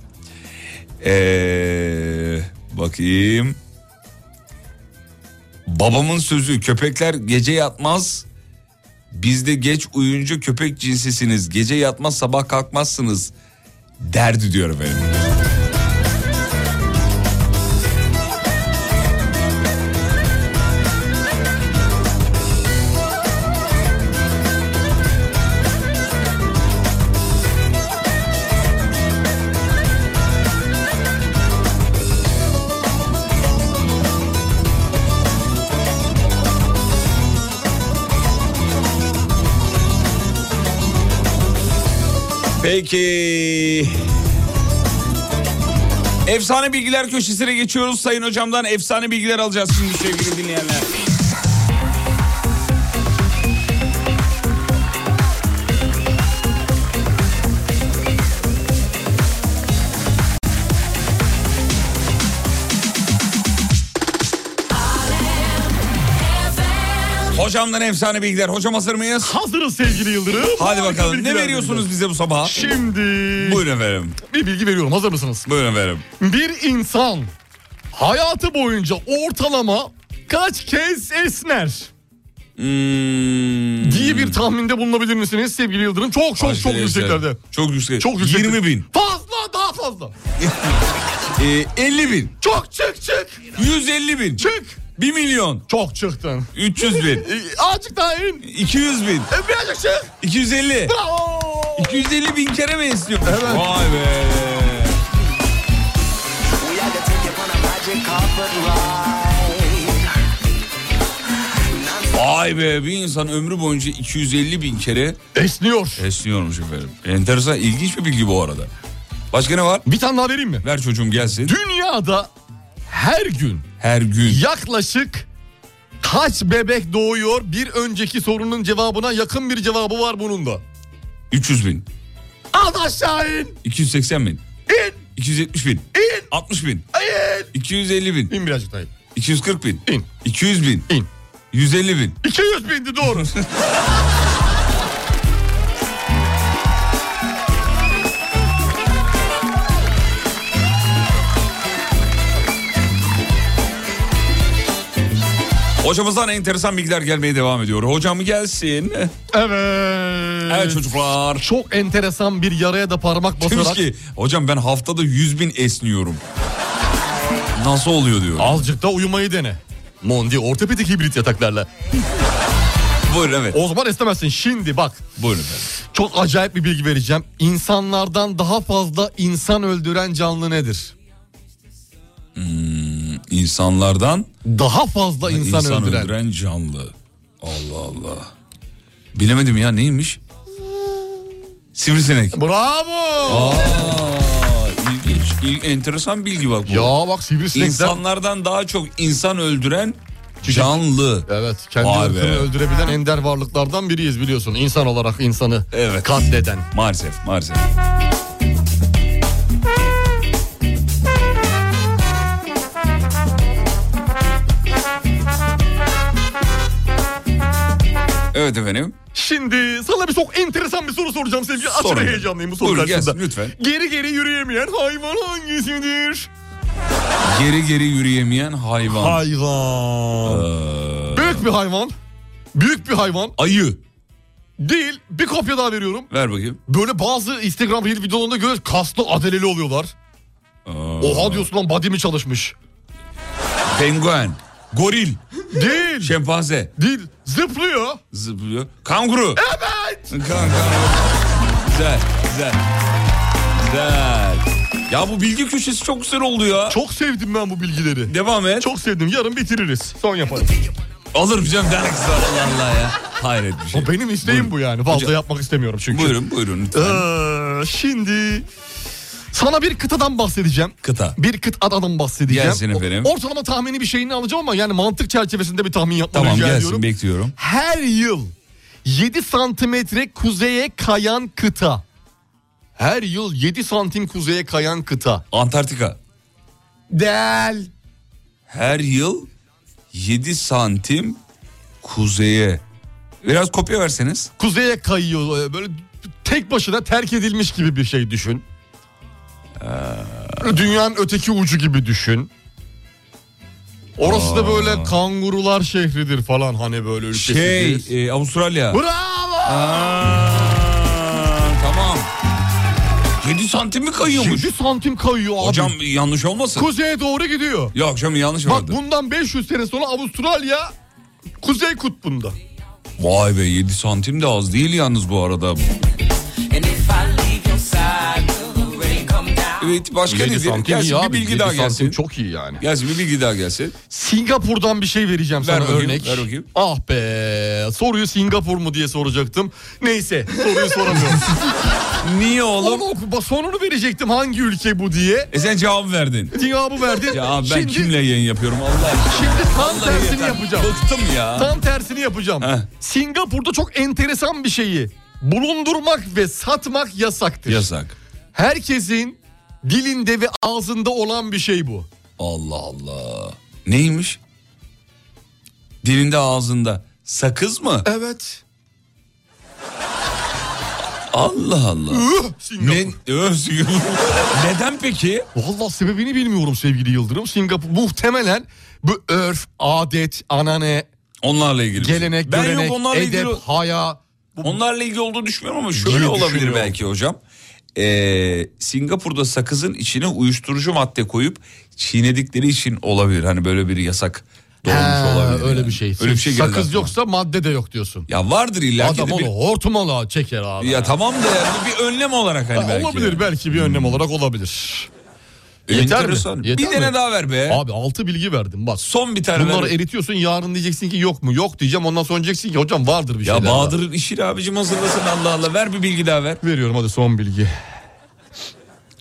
Ee, bakayım. Babamın sözü köpekler gece yatmaz, Bizde geç uyuyunca köpek cinsisiniz. Gece yatmaz sabah kalkmazsınız derdi diyor efendim. Peki. Efsane bilgiler köşesine geçiyoruz. Sayın hocamdan efsane bilgiler alacağız şimdi sevgili dinleyenler. Hocamdan efsane bilgiler. Hocam hazır mıyız?
Hazırız sevgili Yıldırım.
Hadi
Harika
bakalım ne
bilgiler
veriyorsunuz
veriyorum.
bize bu sabah?
Şimdi
Buyurun efendim.
bir bilgi veriyorum hazır mısınız?
Buyurun efendim.
Bir insan hayatı boyunca ortalama kaç kez esner
Hmm.
diye bir tahminde bulunabilir misiniz sevgili Yıldırım? Çok çok çok
Arkadaşlar,
yükseklerde.
Çok yüksek.
Çok yüksek.
20 bin.
Fazla daha fazla.
Ee, 50 bin.
Çok çık çık
150 bin.
çık.
1 milyon.
Çok çıktın.
300 bin.
Ee, Azıcık daha in.
200 bin.
Ee, Birazcık çık.
250.
Bravo.
250 bin kere mi istiyor?
Evet.
Vay be.
We had to take it on a magic carpet ride.
Vay Vay be bir insan ömrü boyunca 250 bin kere
Esniyor.
esniyormuş efendim. Enteresan ilginç bir bilgi bu arada. Başka ne var?
Bir tane daha vereyim mi?
Ver çocuğum gelsin.
Dünyada her gün
Her gün.
yaklaşık kaç bebek doğuyor? Bir önceki sorunun cevabına yakın bir cevabı var bunun da.
300 bin.
Al aşağı in.
280 bin.
İn.
270 bin.
İn.
60 bin.
İn.
250 bin.
İn birazcık daha in.
240 bin.
İn.
200 bin.
İn.
150 bin.
200 bindi doğru.
[LAUGHS] Hocamızdan enteresan bilgiler gelmeye devam ediyor. Hocam gelsin.
evet.
Evet çocuklar.
Çok enteresan bir yaraya da parmak
Demiş
basarak
ki hocam ben haftada 100 bin esniyorum. Nasıl oluyor diyor.
azıcık da uyumayı dene. Mondi ortopedik hibrit yataklarla.
Buyurun evet.
O zaman istemezsin. Şimdi bak
Buyurun efendim.
çok acayip bir bilgi vereceğim. İnsanlardan daha fazla insan öldüren canlı nedir?
İnsanlardan
Daha fazla insan,
Hmm, insan
öldüren.
öldüren. canlı. Allah Allah. Bilemedim ya neymiş? Sivrisinek.
Bravo.
Aa, ilginç. İl- enteresan bilgi bak bu.
Ya bak sivrisinekler.
İnsanlardan daha çok insan öldüren canlı.
Evet kendi
Vay
ırkını
be.
öldürebilen ender varlıklardan biriyiz biliyorsun. İnsan olarak insanı
Evet.
katleden.
Maalesef, maalesef. Evet efendim.
Şimdi sana bir çok enteresan bir soru soracağım sevgili.
Sorun.
Aşırı heyecanlıyım bu soru
Buyurun,
karşısında.
gelsin lütfen.
Geri geri yürüyemeyen hayvan hangisidir?
Geri geri yürüyemeyen hayvan.
Hayvan. Büyük bir hayvan. Büyük bir hayvan.
Ayı.
Değil. Bir kopya daha veriyorum.
Ver bakayım.
Böyle bazı Instagram reel videolarında görüyoruz. Kaslı adeleli oluyorlar. Oha diyorsun lan body mi çalışmış?
Penguen. Goril.
Değil.
Şempanze.
Değil. Zıplıyor.
Zıplıyor. Kanguru. Evet. Güzel, güzel. Güzel. Ya bu bilgi köşesi çok güzel oldu ya.
Çok sevdim ben bu bilgileri.
Devam et.
Çok sevdim. Yarın bitiririz. Son yaparız.
Alırım canım daha güzel Allah Allah ya. Hayret bir şey.
O benim isteğim bu yani. Fazla
Hocam-
yapmak istemiyorum çünkü.
Buyurun buyurun lütfen.
Ee, şimdi sana bir kıtadan bahsedeceğim.
Kıta.
Bir kıtadan bahsedeceğim.
Gelsin efendim.
O- Ortalama tahmini bir şeyini alacağım ama yani mantık çerçevesinde bir tahmin yapmanı
Tamam
rica
gelsin
ediyorum.
bekliyorum.
Her yıl 7 santimetre kuzeye kayan kıta. Her yıl 7 santim kuzeye kayan kıta.
Antarktika.
Del.
Her yıl 7 santim kuzeye. Biraz kopya verseniz.
Kuzeye kayıyor e, böyle tek başına terk edilmiş gibi bir şey düşün. Böyle Dünyanın öteki ucu gibi düşün. Orası da böyle kangurular şehridir falan hani böyle ülkesidir.
Şey e, Avustralya.
Bravo!
Aa, tamam. 7 santim mi kayıyormuş?
7 santim kayıyor abi.
Hocam yanlış olmasın.
Kuzeye doğru gidiyor.
Yok canım yanlış
Bak
vardı.
bundan 500 sene sonra Avustralya Kuzey Kutbu'nda.
Vay be 7 santim de az değil yalnız bu arada. Evet başka ne
santim iyi
Gelsin bir
abi,
bilgi
yedi
daha
santim
gelsin.
Çok iyi yani.
Gelsin bir bilgi daha gelsin.
Singapur'dan bir şey vereceğim
Ver
sana
bakayım,
örnek.
ver bakayım.
Ah be soruyu Singapur mu diye soracaktım. Neyse soruyu soramıyorum.
[LAUGHS] Niye oğlum?
Onu oku, bak sonunu verecektim hangi ülke bu diye.
E sen cevap verdin.
Cevabı
[LAUGHS]
verdin.
Ya abi ben
şimdi,
kimle yayın yapıyorum Allah aşkına.
Şimdi tam
Vallahi
tersini
yeter.
yapacağım.
Bıktım ya.
Tam tersini yapacağım.
Heh.
Singapur'da çok enteresan bir şeyi bulundurmak ve satmak yasaktır.
Yasak.
Herkesin dilinde ve ağzında olan bir şey bu.
Allah Allah. Neymiş? Dilinde ağzında. Sakız mı?
Evet.
Allah Allah.
Singapur.
Ne, Özgür. [LAUGHS] Neden peki?
Vallahi sebebini bilmiyorum sevgili Yıldırım. Singapur muhtemelen bu örf, adet, anane,
Onlarla ilgili. bir şey.
gelenek,
ben
görenek,
yok onlarla
edep,
ilgili.
haya.
Onlarla ilgili olduğunu düşünmüyorum ama şöyle
Niye
olabilir
düşünüyorum?
belki hocam. Ee, Singapur'da sakızın içine uyuşturucu madde koyup çiğnedikleri için olabilir. Hani böyle bir yasak doğmuş
Ha,
olabilir.
öyle
yani.
bir şey.
Öyle bir şey geldi
Sakız
aklıma.
yoksa madde de yok diyorsun.
Ya vardır illa ki
Adam
de
onu
bir-
hortumala çeker abi.
Ya tamam da yani bu bir önlem olarak hani
Ha,
belki.
olabilir belki bir önlem olarak olabilir. Yeter mi?
Enteresan.
Yeter
bir tane
mi?
daha ver be.
Abi 6 bilgi verdim bak.
Son bir tane
Bunları
ver.
eritiyorsun yarın diyeceksin ki yok mu? Yok diyeceğim ondan sonra diyeceksin ki hocam vardır bir şeyler.
ya
daha.
Bahadır'ın işini abicim hazırlasın Allah Allah. Ver bir bilgi daha ver.
Veriyorum hadi son bilgi.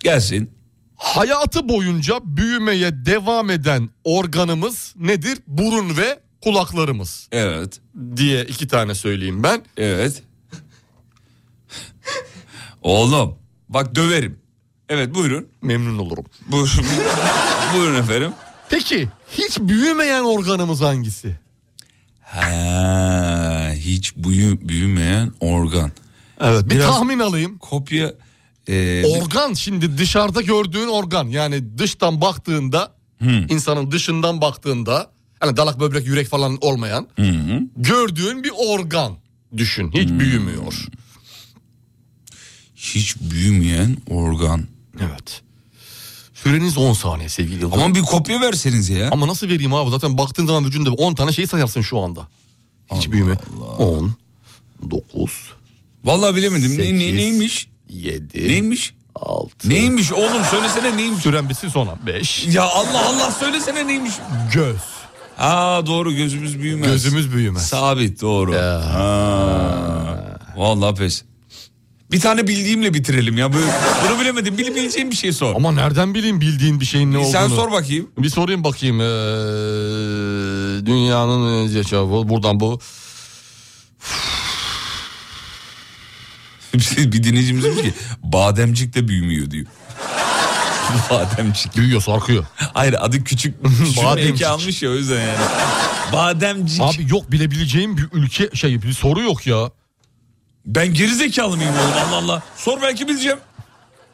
Gelsin.
Hayatı boyunca büyümeye devam eden organımız nedir? Burun ve kulaklarımız
Evet.
diye iki tane söyleyeyim ben.
Evet. Oğlum bak döverim. Evet buyurun.
Memnun olurum.
Buyurun, [LAUGHS] buyurun efendim.
Peki hiç büyümeyen organımız hangisi?
Ha, Ee, hiç büyü, büyümeyen organ.
Evet bir
Biraz-
tahmin alayım. Ee,
Kopya e,
Organ şimdi dışarıda gördüğün organ yani dıştan baktığında insanın dışından baktığında hani dalak böbrek yürek falan olmayan gördüğün bir organ düşün hiç büyümüyor.
Hmm. hiç büyümeyen organ.
Evet. Süreniz 10 saniye sevgili Yıldırım. Ama,
Ama bir kopya verseniz ya.
nasıl vereyim abi zaten baktığın zaman vücudunda 10 tane şey sayarsın şu anda. Hiç büyüme. 10, 9,
Vallahi bilemedim. Ne,
Sekiz.
ne- neymiş?
7,
Neymiş?
6.
Neymiş oğlum söylesene neymiş?
Süren bitsin sonra 5.
Ya Allah Allah söylesene neymiş?
Göz.
Ha doğru gözümüz büyümez.
Gözümüz büyümez.
Sabit doğru. Ha. Vallahi pes. Bir tane bildiğimle bitirelim ya. Böyle, bunu bilemedim. Bil, bileceğim bir şey sor.
Ama nereden bileyim bildiğin bir şeyin ne olduğunu?
Sen sor bakayım.
Bir sorayım bakayım. Ee, dünyanın cevabı buradan bu.
bir bir dinleyicimiz demiş ki bademcik de büyümüyor diyor. [LAUGHS] bademcik.
Büyüyor
[LAUGHS]
sarkıyor.
Hayır adı küçük. küçük
Bademcik.
eki almış ya o yüzden yani. Bademcik.
Abi yok bilebileceğim bir ülke şey bir soru yok ya.
Ben gerizekalı mıyım oğlum Allah Allah. Sor belki bileceğim.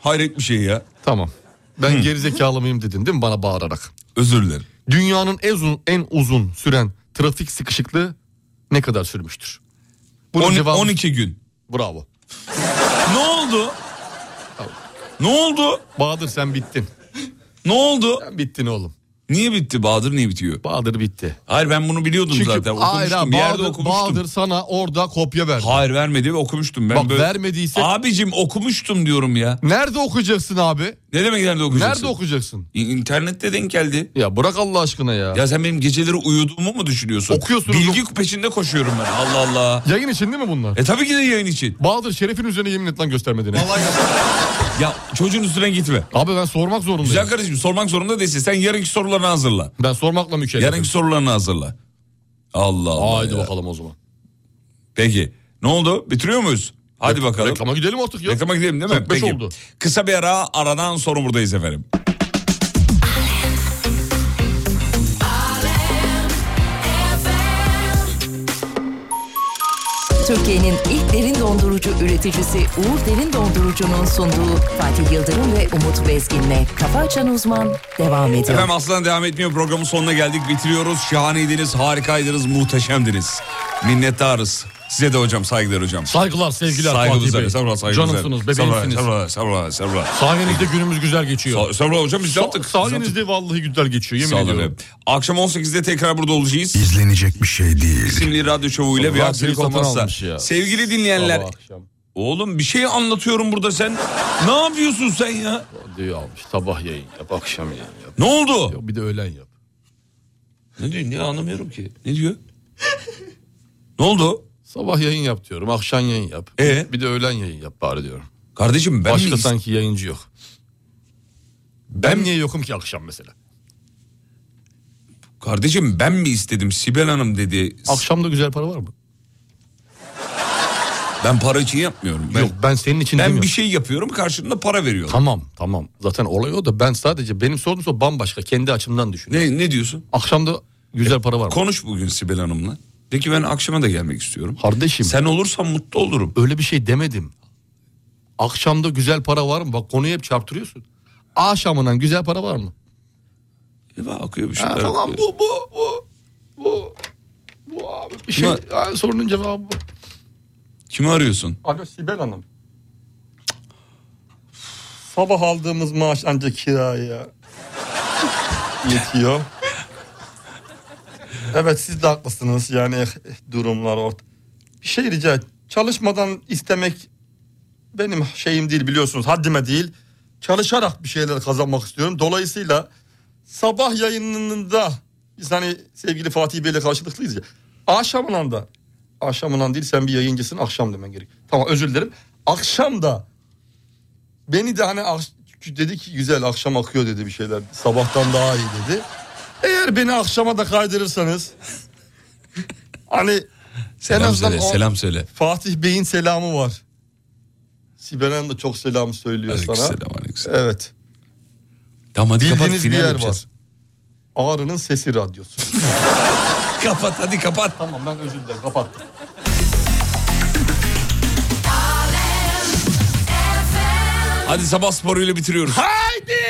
Hayret bir şey ya.
Tamam. Ben gerizekalı mıyım dedin değil mi bana bağırarak?
Özür dilerim.
Dünyanın en uzun, en uzun süren trafik sıkışıklığı ne kadar sürmüştür? Bunun
On-
cevabı
12 gün.
bravo.
Ne oldu? Ne oldu?
Bahadır sen bittin.
Ne oldu?
Sen bittin oğlum.
Niye bitti? Bahadır niye bitiyor?
Bahadır bitti.
Hayır ben bunu biliyordum zaten. Okumuştum.
Hayır, hayır,
bir yerde
Bahadır-
okumuştum.
Bahadır sana orada kopya verdi.
Hayır vermedi ve okumuştum. Ben
Bak
böyle...
vermediyse
Abicim okumuştum diyorum ya.
nerede okuyacaksın abi?
Ne demek nerede okuyacaksın?
Nerede okuyacaksın?
İ- İnternette denk geldi.
Ya bırak Allah aşkına ya.
Ya sen benim geceleri uyuduğumu mu düşünüyorsun?
Okuyorsunuz.
Bilgi peşinde koşuyorum ben. Allah Allah.
Yayın için değil mi bunlar?
E tabii ki de yayın için.
Bahadır Şeref'in üzerine yemin et lan göstermediğini.
Ya çocuğun üstüne gitme.
Abi ben sormak zorundayım.
Güzel kardeşim sormak zorunda değilsin. Sen yarınki sorularını hazırla.
Ben sormakla mükellefim.
Yarınki sorularını hazırla. Allah Allah
Haydi
ya.
bakalım o zaman.
Peki. Ne oldu? Bitiriyor muyuz? Hadi bakalım.
Reklama gidelim artık ya.
Reklama gidelim değil mi?
45
Peki.
oldu.
Kısa bir ara aradan sonra buradayız efendim.
Türkiye'nin ilk derin dondurucu üreticisi Uğur Derin Dondurucu'nun sunduğu Fatih Yıldırım ve Umut Bezgin'le Kafa Açan Uzman devam ediyor.
Efendim aslan devam etmiyor. Programın sonuna geldik. Bitiriyoruz. Şahaneydiniz, harikaydınız, muhteşemdiniz. Minnettarız. Size de hocam saygılar hocam.
Saygılar sevgiler
Saygılar,
Fatih Bey.
saygılar, saygılar.
Canımsınız bebeğimsiniz.
Saygılar, saygılar, saygılar.
Sayenizde günümüz güzel geçiyor.
Sa- Saygılar hocam biz ne
Sa-
yaptık? Biz ne
Sayenizde vallahi güzel geçiyor yemin
yaptık? Sağ olun
ediyorum.
efendim. Akşam 18'de tekrar burada olacağız.
İzlenecek bir şey değil.
İsimli radyo şovuyla bir
Radyoyu
aksilik
satın almış
olmazsa.
ya.
Sevgili dinleyenler.
Sabah akşam
Oğlum bir şey anlatıyorum burada sen. ne yapıyorsun sen ya?
radyoyu almış. Sabah yayın yap, akşam yayın yap.
Ne oldu?
Bir de öğlen yap.
Ne diyor? Niye anlamıyorum ki? Ne diyor? [LAUGHS] ne oldu?
Sabah yayın yap diyorum, akşam yayın yap.
Ee?
Bir de öğlen yayın yap bari diyorum.
Kardeşim ben mi
Başka
is-
sanki yayıncı yok. Ben, niye yokum ki akşam mesela?
Kardeşim ben mi istedim? Sibel Hanım dedi. S-
Akşamda güzel para var mı?
Ben para için yapmıyorum. Ben,
yok ben senin için
ben
demiyorum.
bir şey yapıyorum karşılığında para veriyorum.
Tamam tamam. Zaten olay o da ben sadece benim sorduğum soru bambaşka. Kendi açımdan düşün.
Ne ne diyorsun? E,
Akşamda güzel para var mı?
Konuş bugün Sibel Hanım'la. De ki ben akşama da gelmek istiyorum.
Kardeşim
Sen olursan mutlu olurum.
öyle bir şey demedim. Akşamda güzel para var mı? Bak konuyu hep çarptırıyorsun. Akşamından güzel para var mı?
E, bak, akıyor bir
Ha,
şeyler.
tamam
akıyor.
bu bu bu bu bu abi. Bir şey,
Ulan-
ha, sorunun cevabı bu.
Kimi arıyorsun?
Alo Sibel Hanım. Sabah aldığımız maaş ancak kiraya yetiyor. Evet siz de haklısınız yani eh, durumlar orta. Bir şey rica et. Çalışmadan istemek benim şeyim değil biliyorsunuz haddime değil.
çalışarak bir şeyler kazanmak istiyorum. Dolayısıyla sabah yayınında biz hani sevgili Fatih Bey'le karşılıklıyız ya. Akşamından da akşamından değil sen bir yayıncısın akşam demen gerek. Tamam özür dilerim. Akşam da beni de hani ak- dedi ki güzel akşam akıyor dedi bir şeyler. Sabahtan daha iyi dedi. Eğer beni akşama da kaydırırsanız hani en
Selam
azından
söyle,
o-
selam söyle.
Fatih Bey'in selamı var. Sibel Hanım da çok selam söylüyor sana.
Aleykümselam, aleykümselam.
Evet.
Tamam hadi kapat
Bildiğiniz bir
final
yer
yapacağız.
var. Ağrı'nın sesi radyosu.
Kapat hadi kapat.
tamam ben özür dilerim kapattım.
Hadi sabah sporuyla bitiriyoruz.
Haydi!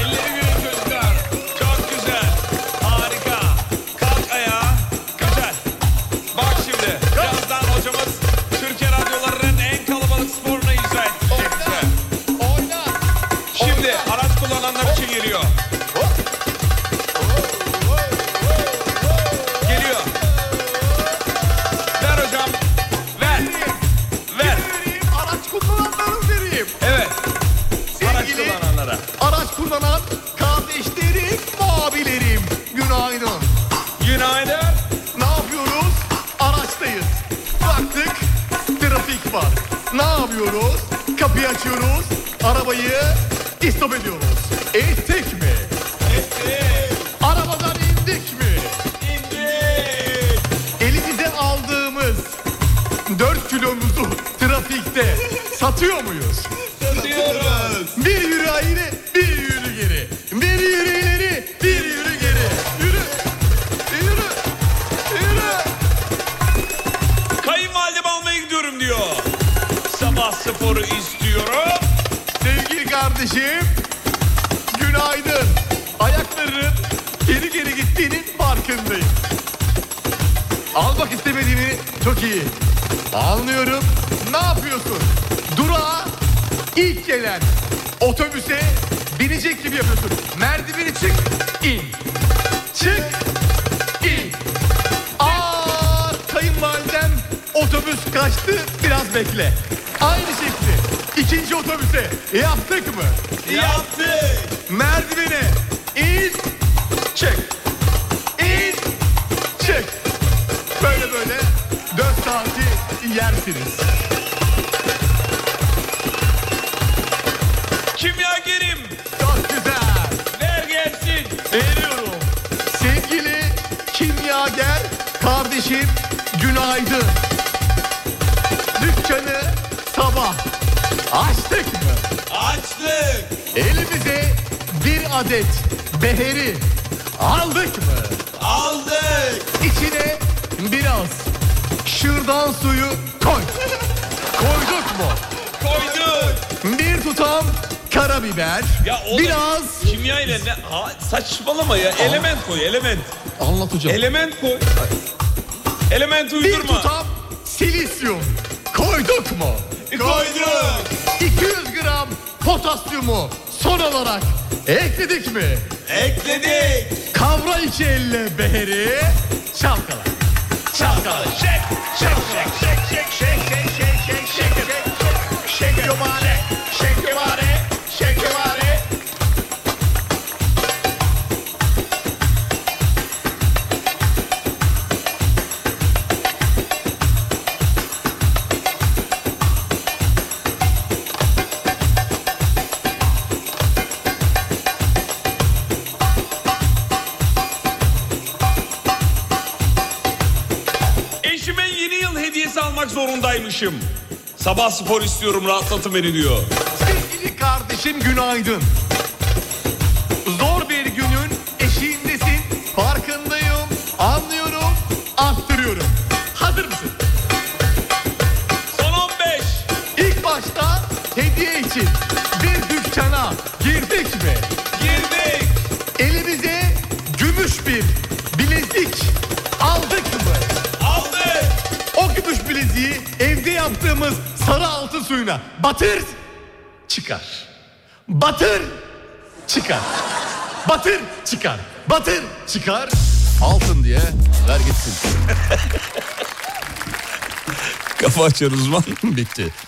Elleri göğe çocuklar. Çok güzel. Harika. Kalk ayağa. Güzel. Bak şimdi. Birazdan hocamız Türkiye radyolarının en kalabalık sporunu icra edecek. bize. Şimdi araç kullananlar için geliyor. Geliyor. Ver hocam. Ver. Ver.
Araç kullananlara vereyim.
Evet. Araç
Sevgili-
kullananlara.
Araç kullanan kardeşlerim, abilerim. Günaydın.
Günaydın.
Ne yapıyoruz? Araçtayız. Baktık trafik var. Ne yapıyoruz? Kapıyı açıyoruz. Arabayı istop ediyoruz. Ettik mi? Arabadan indik mi? İndik. Elimize aldığımız 4 kilomuzu trafikte satıyor muyuz? Satıyoruz. Bir yürü ileri, bir yürü geri. Bir yürü ileri, bir yürü geri. Yürü. Yürü. Yürü.
Kayınvalidem almaya gidiyorum diyor. Sabah sporu istiyorum.
Sevgili kardeşim, günaydın. Ayaklarının geri geri gittiğinin farkındayım. Almak istemediğini çok iyi. Anlıyorum. Ne yapıyorsun? Durağa ilk gelen otobüse binecek gibi yapıyorsun. Merdiveni çık, in. Çık, in. Aa, kayınvalidem otobüs kaçtı biraz bekle. Aynı şekli ikinci otobüse yaptık mı?
Yaptık.
Merdivene in çık. İn çık. Böyle böyle 4 saati yersiniz.
Kimyagerim
Çok güzel.
ver gelsin.
Veriyorum. Sevgili kimyager kardeşim günaydın. Dükkanı sabah açtık mı?
Açlık.
Elimize bir adet beheri aldık mı?
Aldık.
İçine biraz şırdan suyu koy. Koyduk mu?
Koyduk.
Bir tutam karabiber.
Ya oğlum,
biraz
Kimya ile ne? Ha, saçmalama ya. Element koy element.
Anlatacağım.
Element koy. Element
bir
uydurma.
tutam silisyum. Koyduk mu?
Koyduk.
200 gram potasyumu son olarak ekledik mi?
Ekledik.
Kavra iki elle beheri çalkala. Çalkala. Şek, şek, şek, şek, şek, şek, şek, şek, şek, şek, şek, şek, yobare, şek, yobare, şek, yobare.
Eşime yeni yıl hediyesi almak zorundaymışım. Sabah spor istiyorum rahatlatın beni diyor.
Sevgili kardeşim günaydın. Zor bir günün eşiğindesin. Farkındayım, anlıyorum, arttırıyorum. Hazır mısın?
Son 15.
İlk başta hediye için bir dükkana girdik mi?
Girdik.
Elimize gümüş bir bilezik aldık mı?
Aldık.
O gümüş bileziği evde yaptığımız sarı altın suyuna batır çıkar. Batır çıkar. Batır çıkar. Batır çıkar. altın diye ver [LAUGHS] gitsin.
Kafa açan uzman.
Bitti.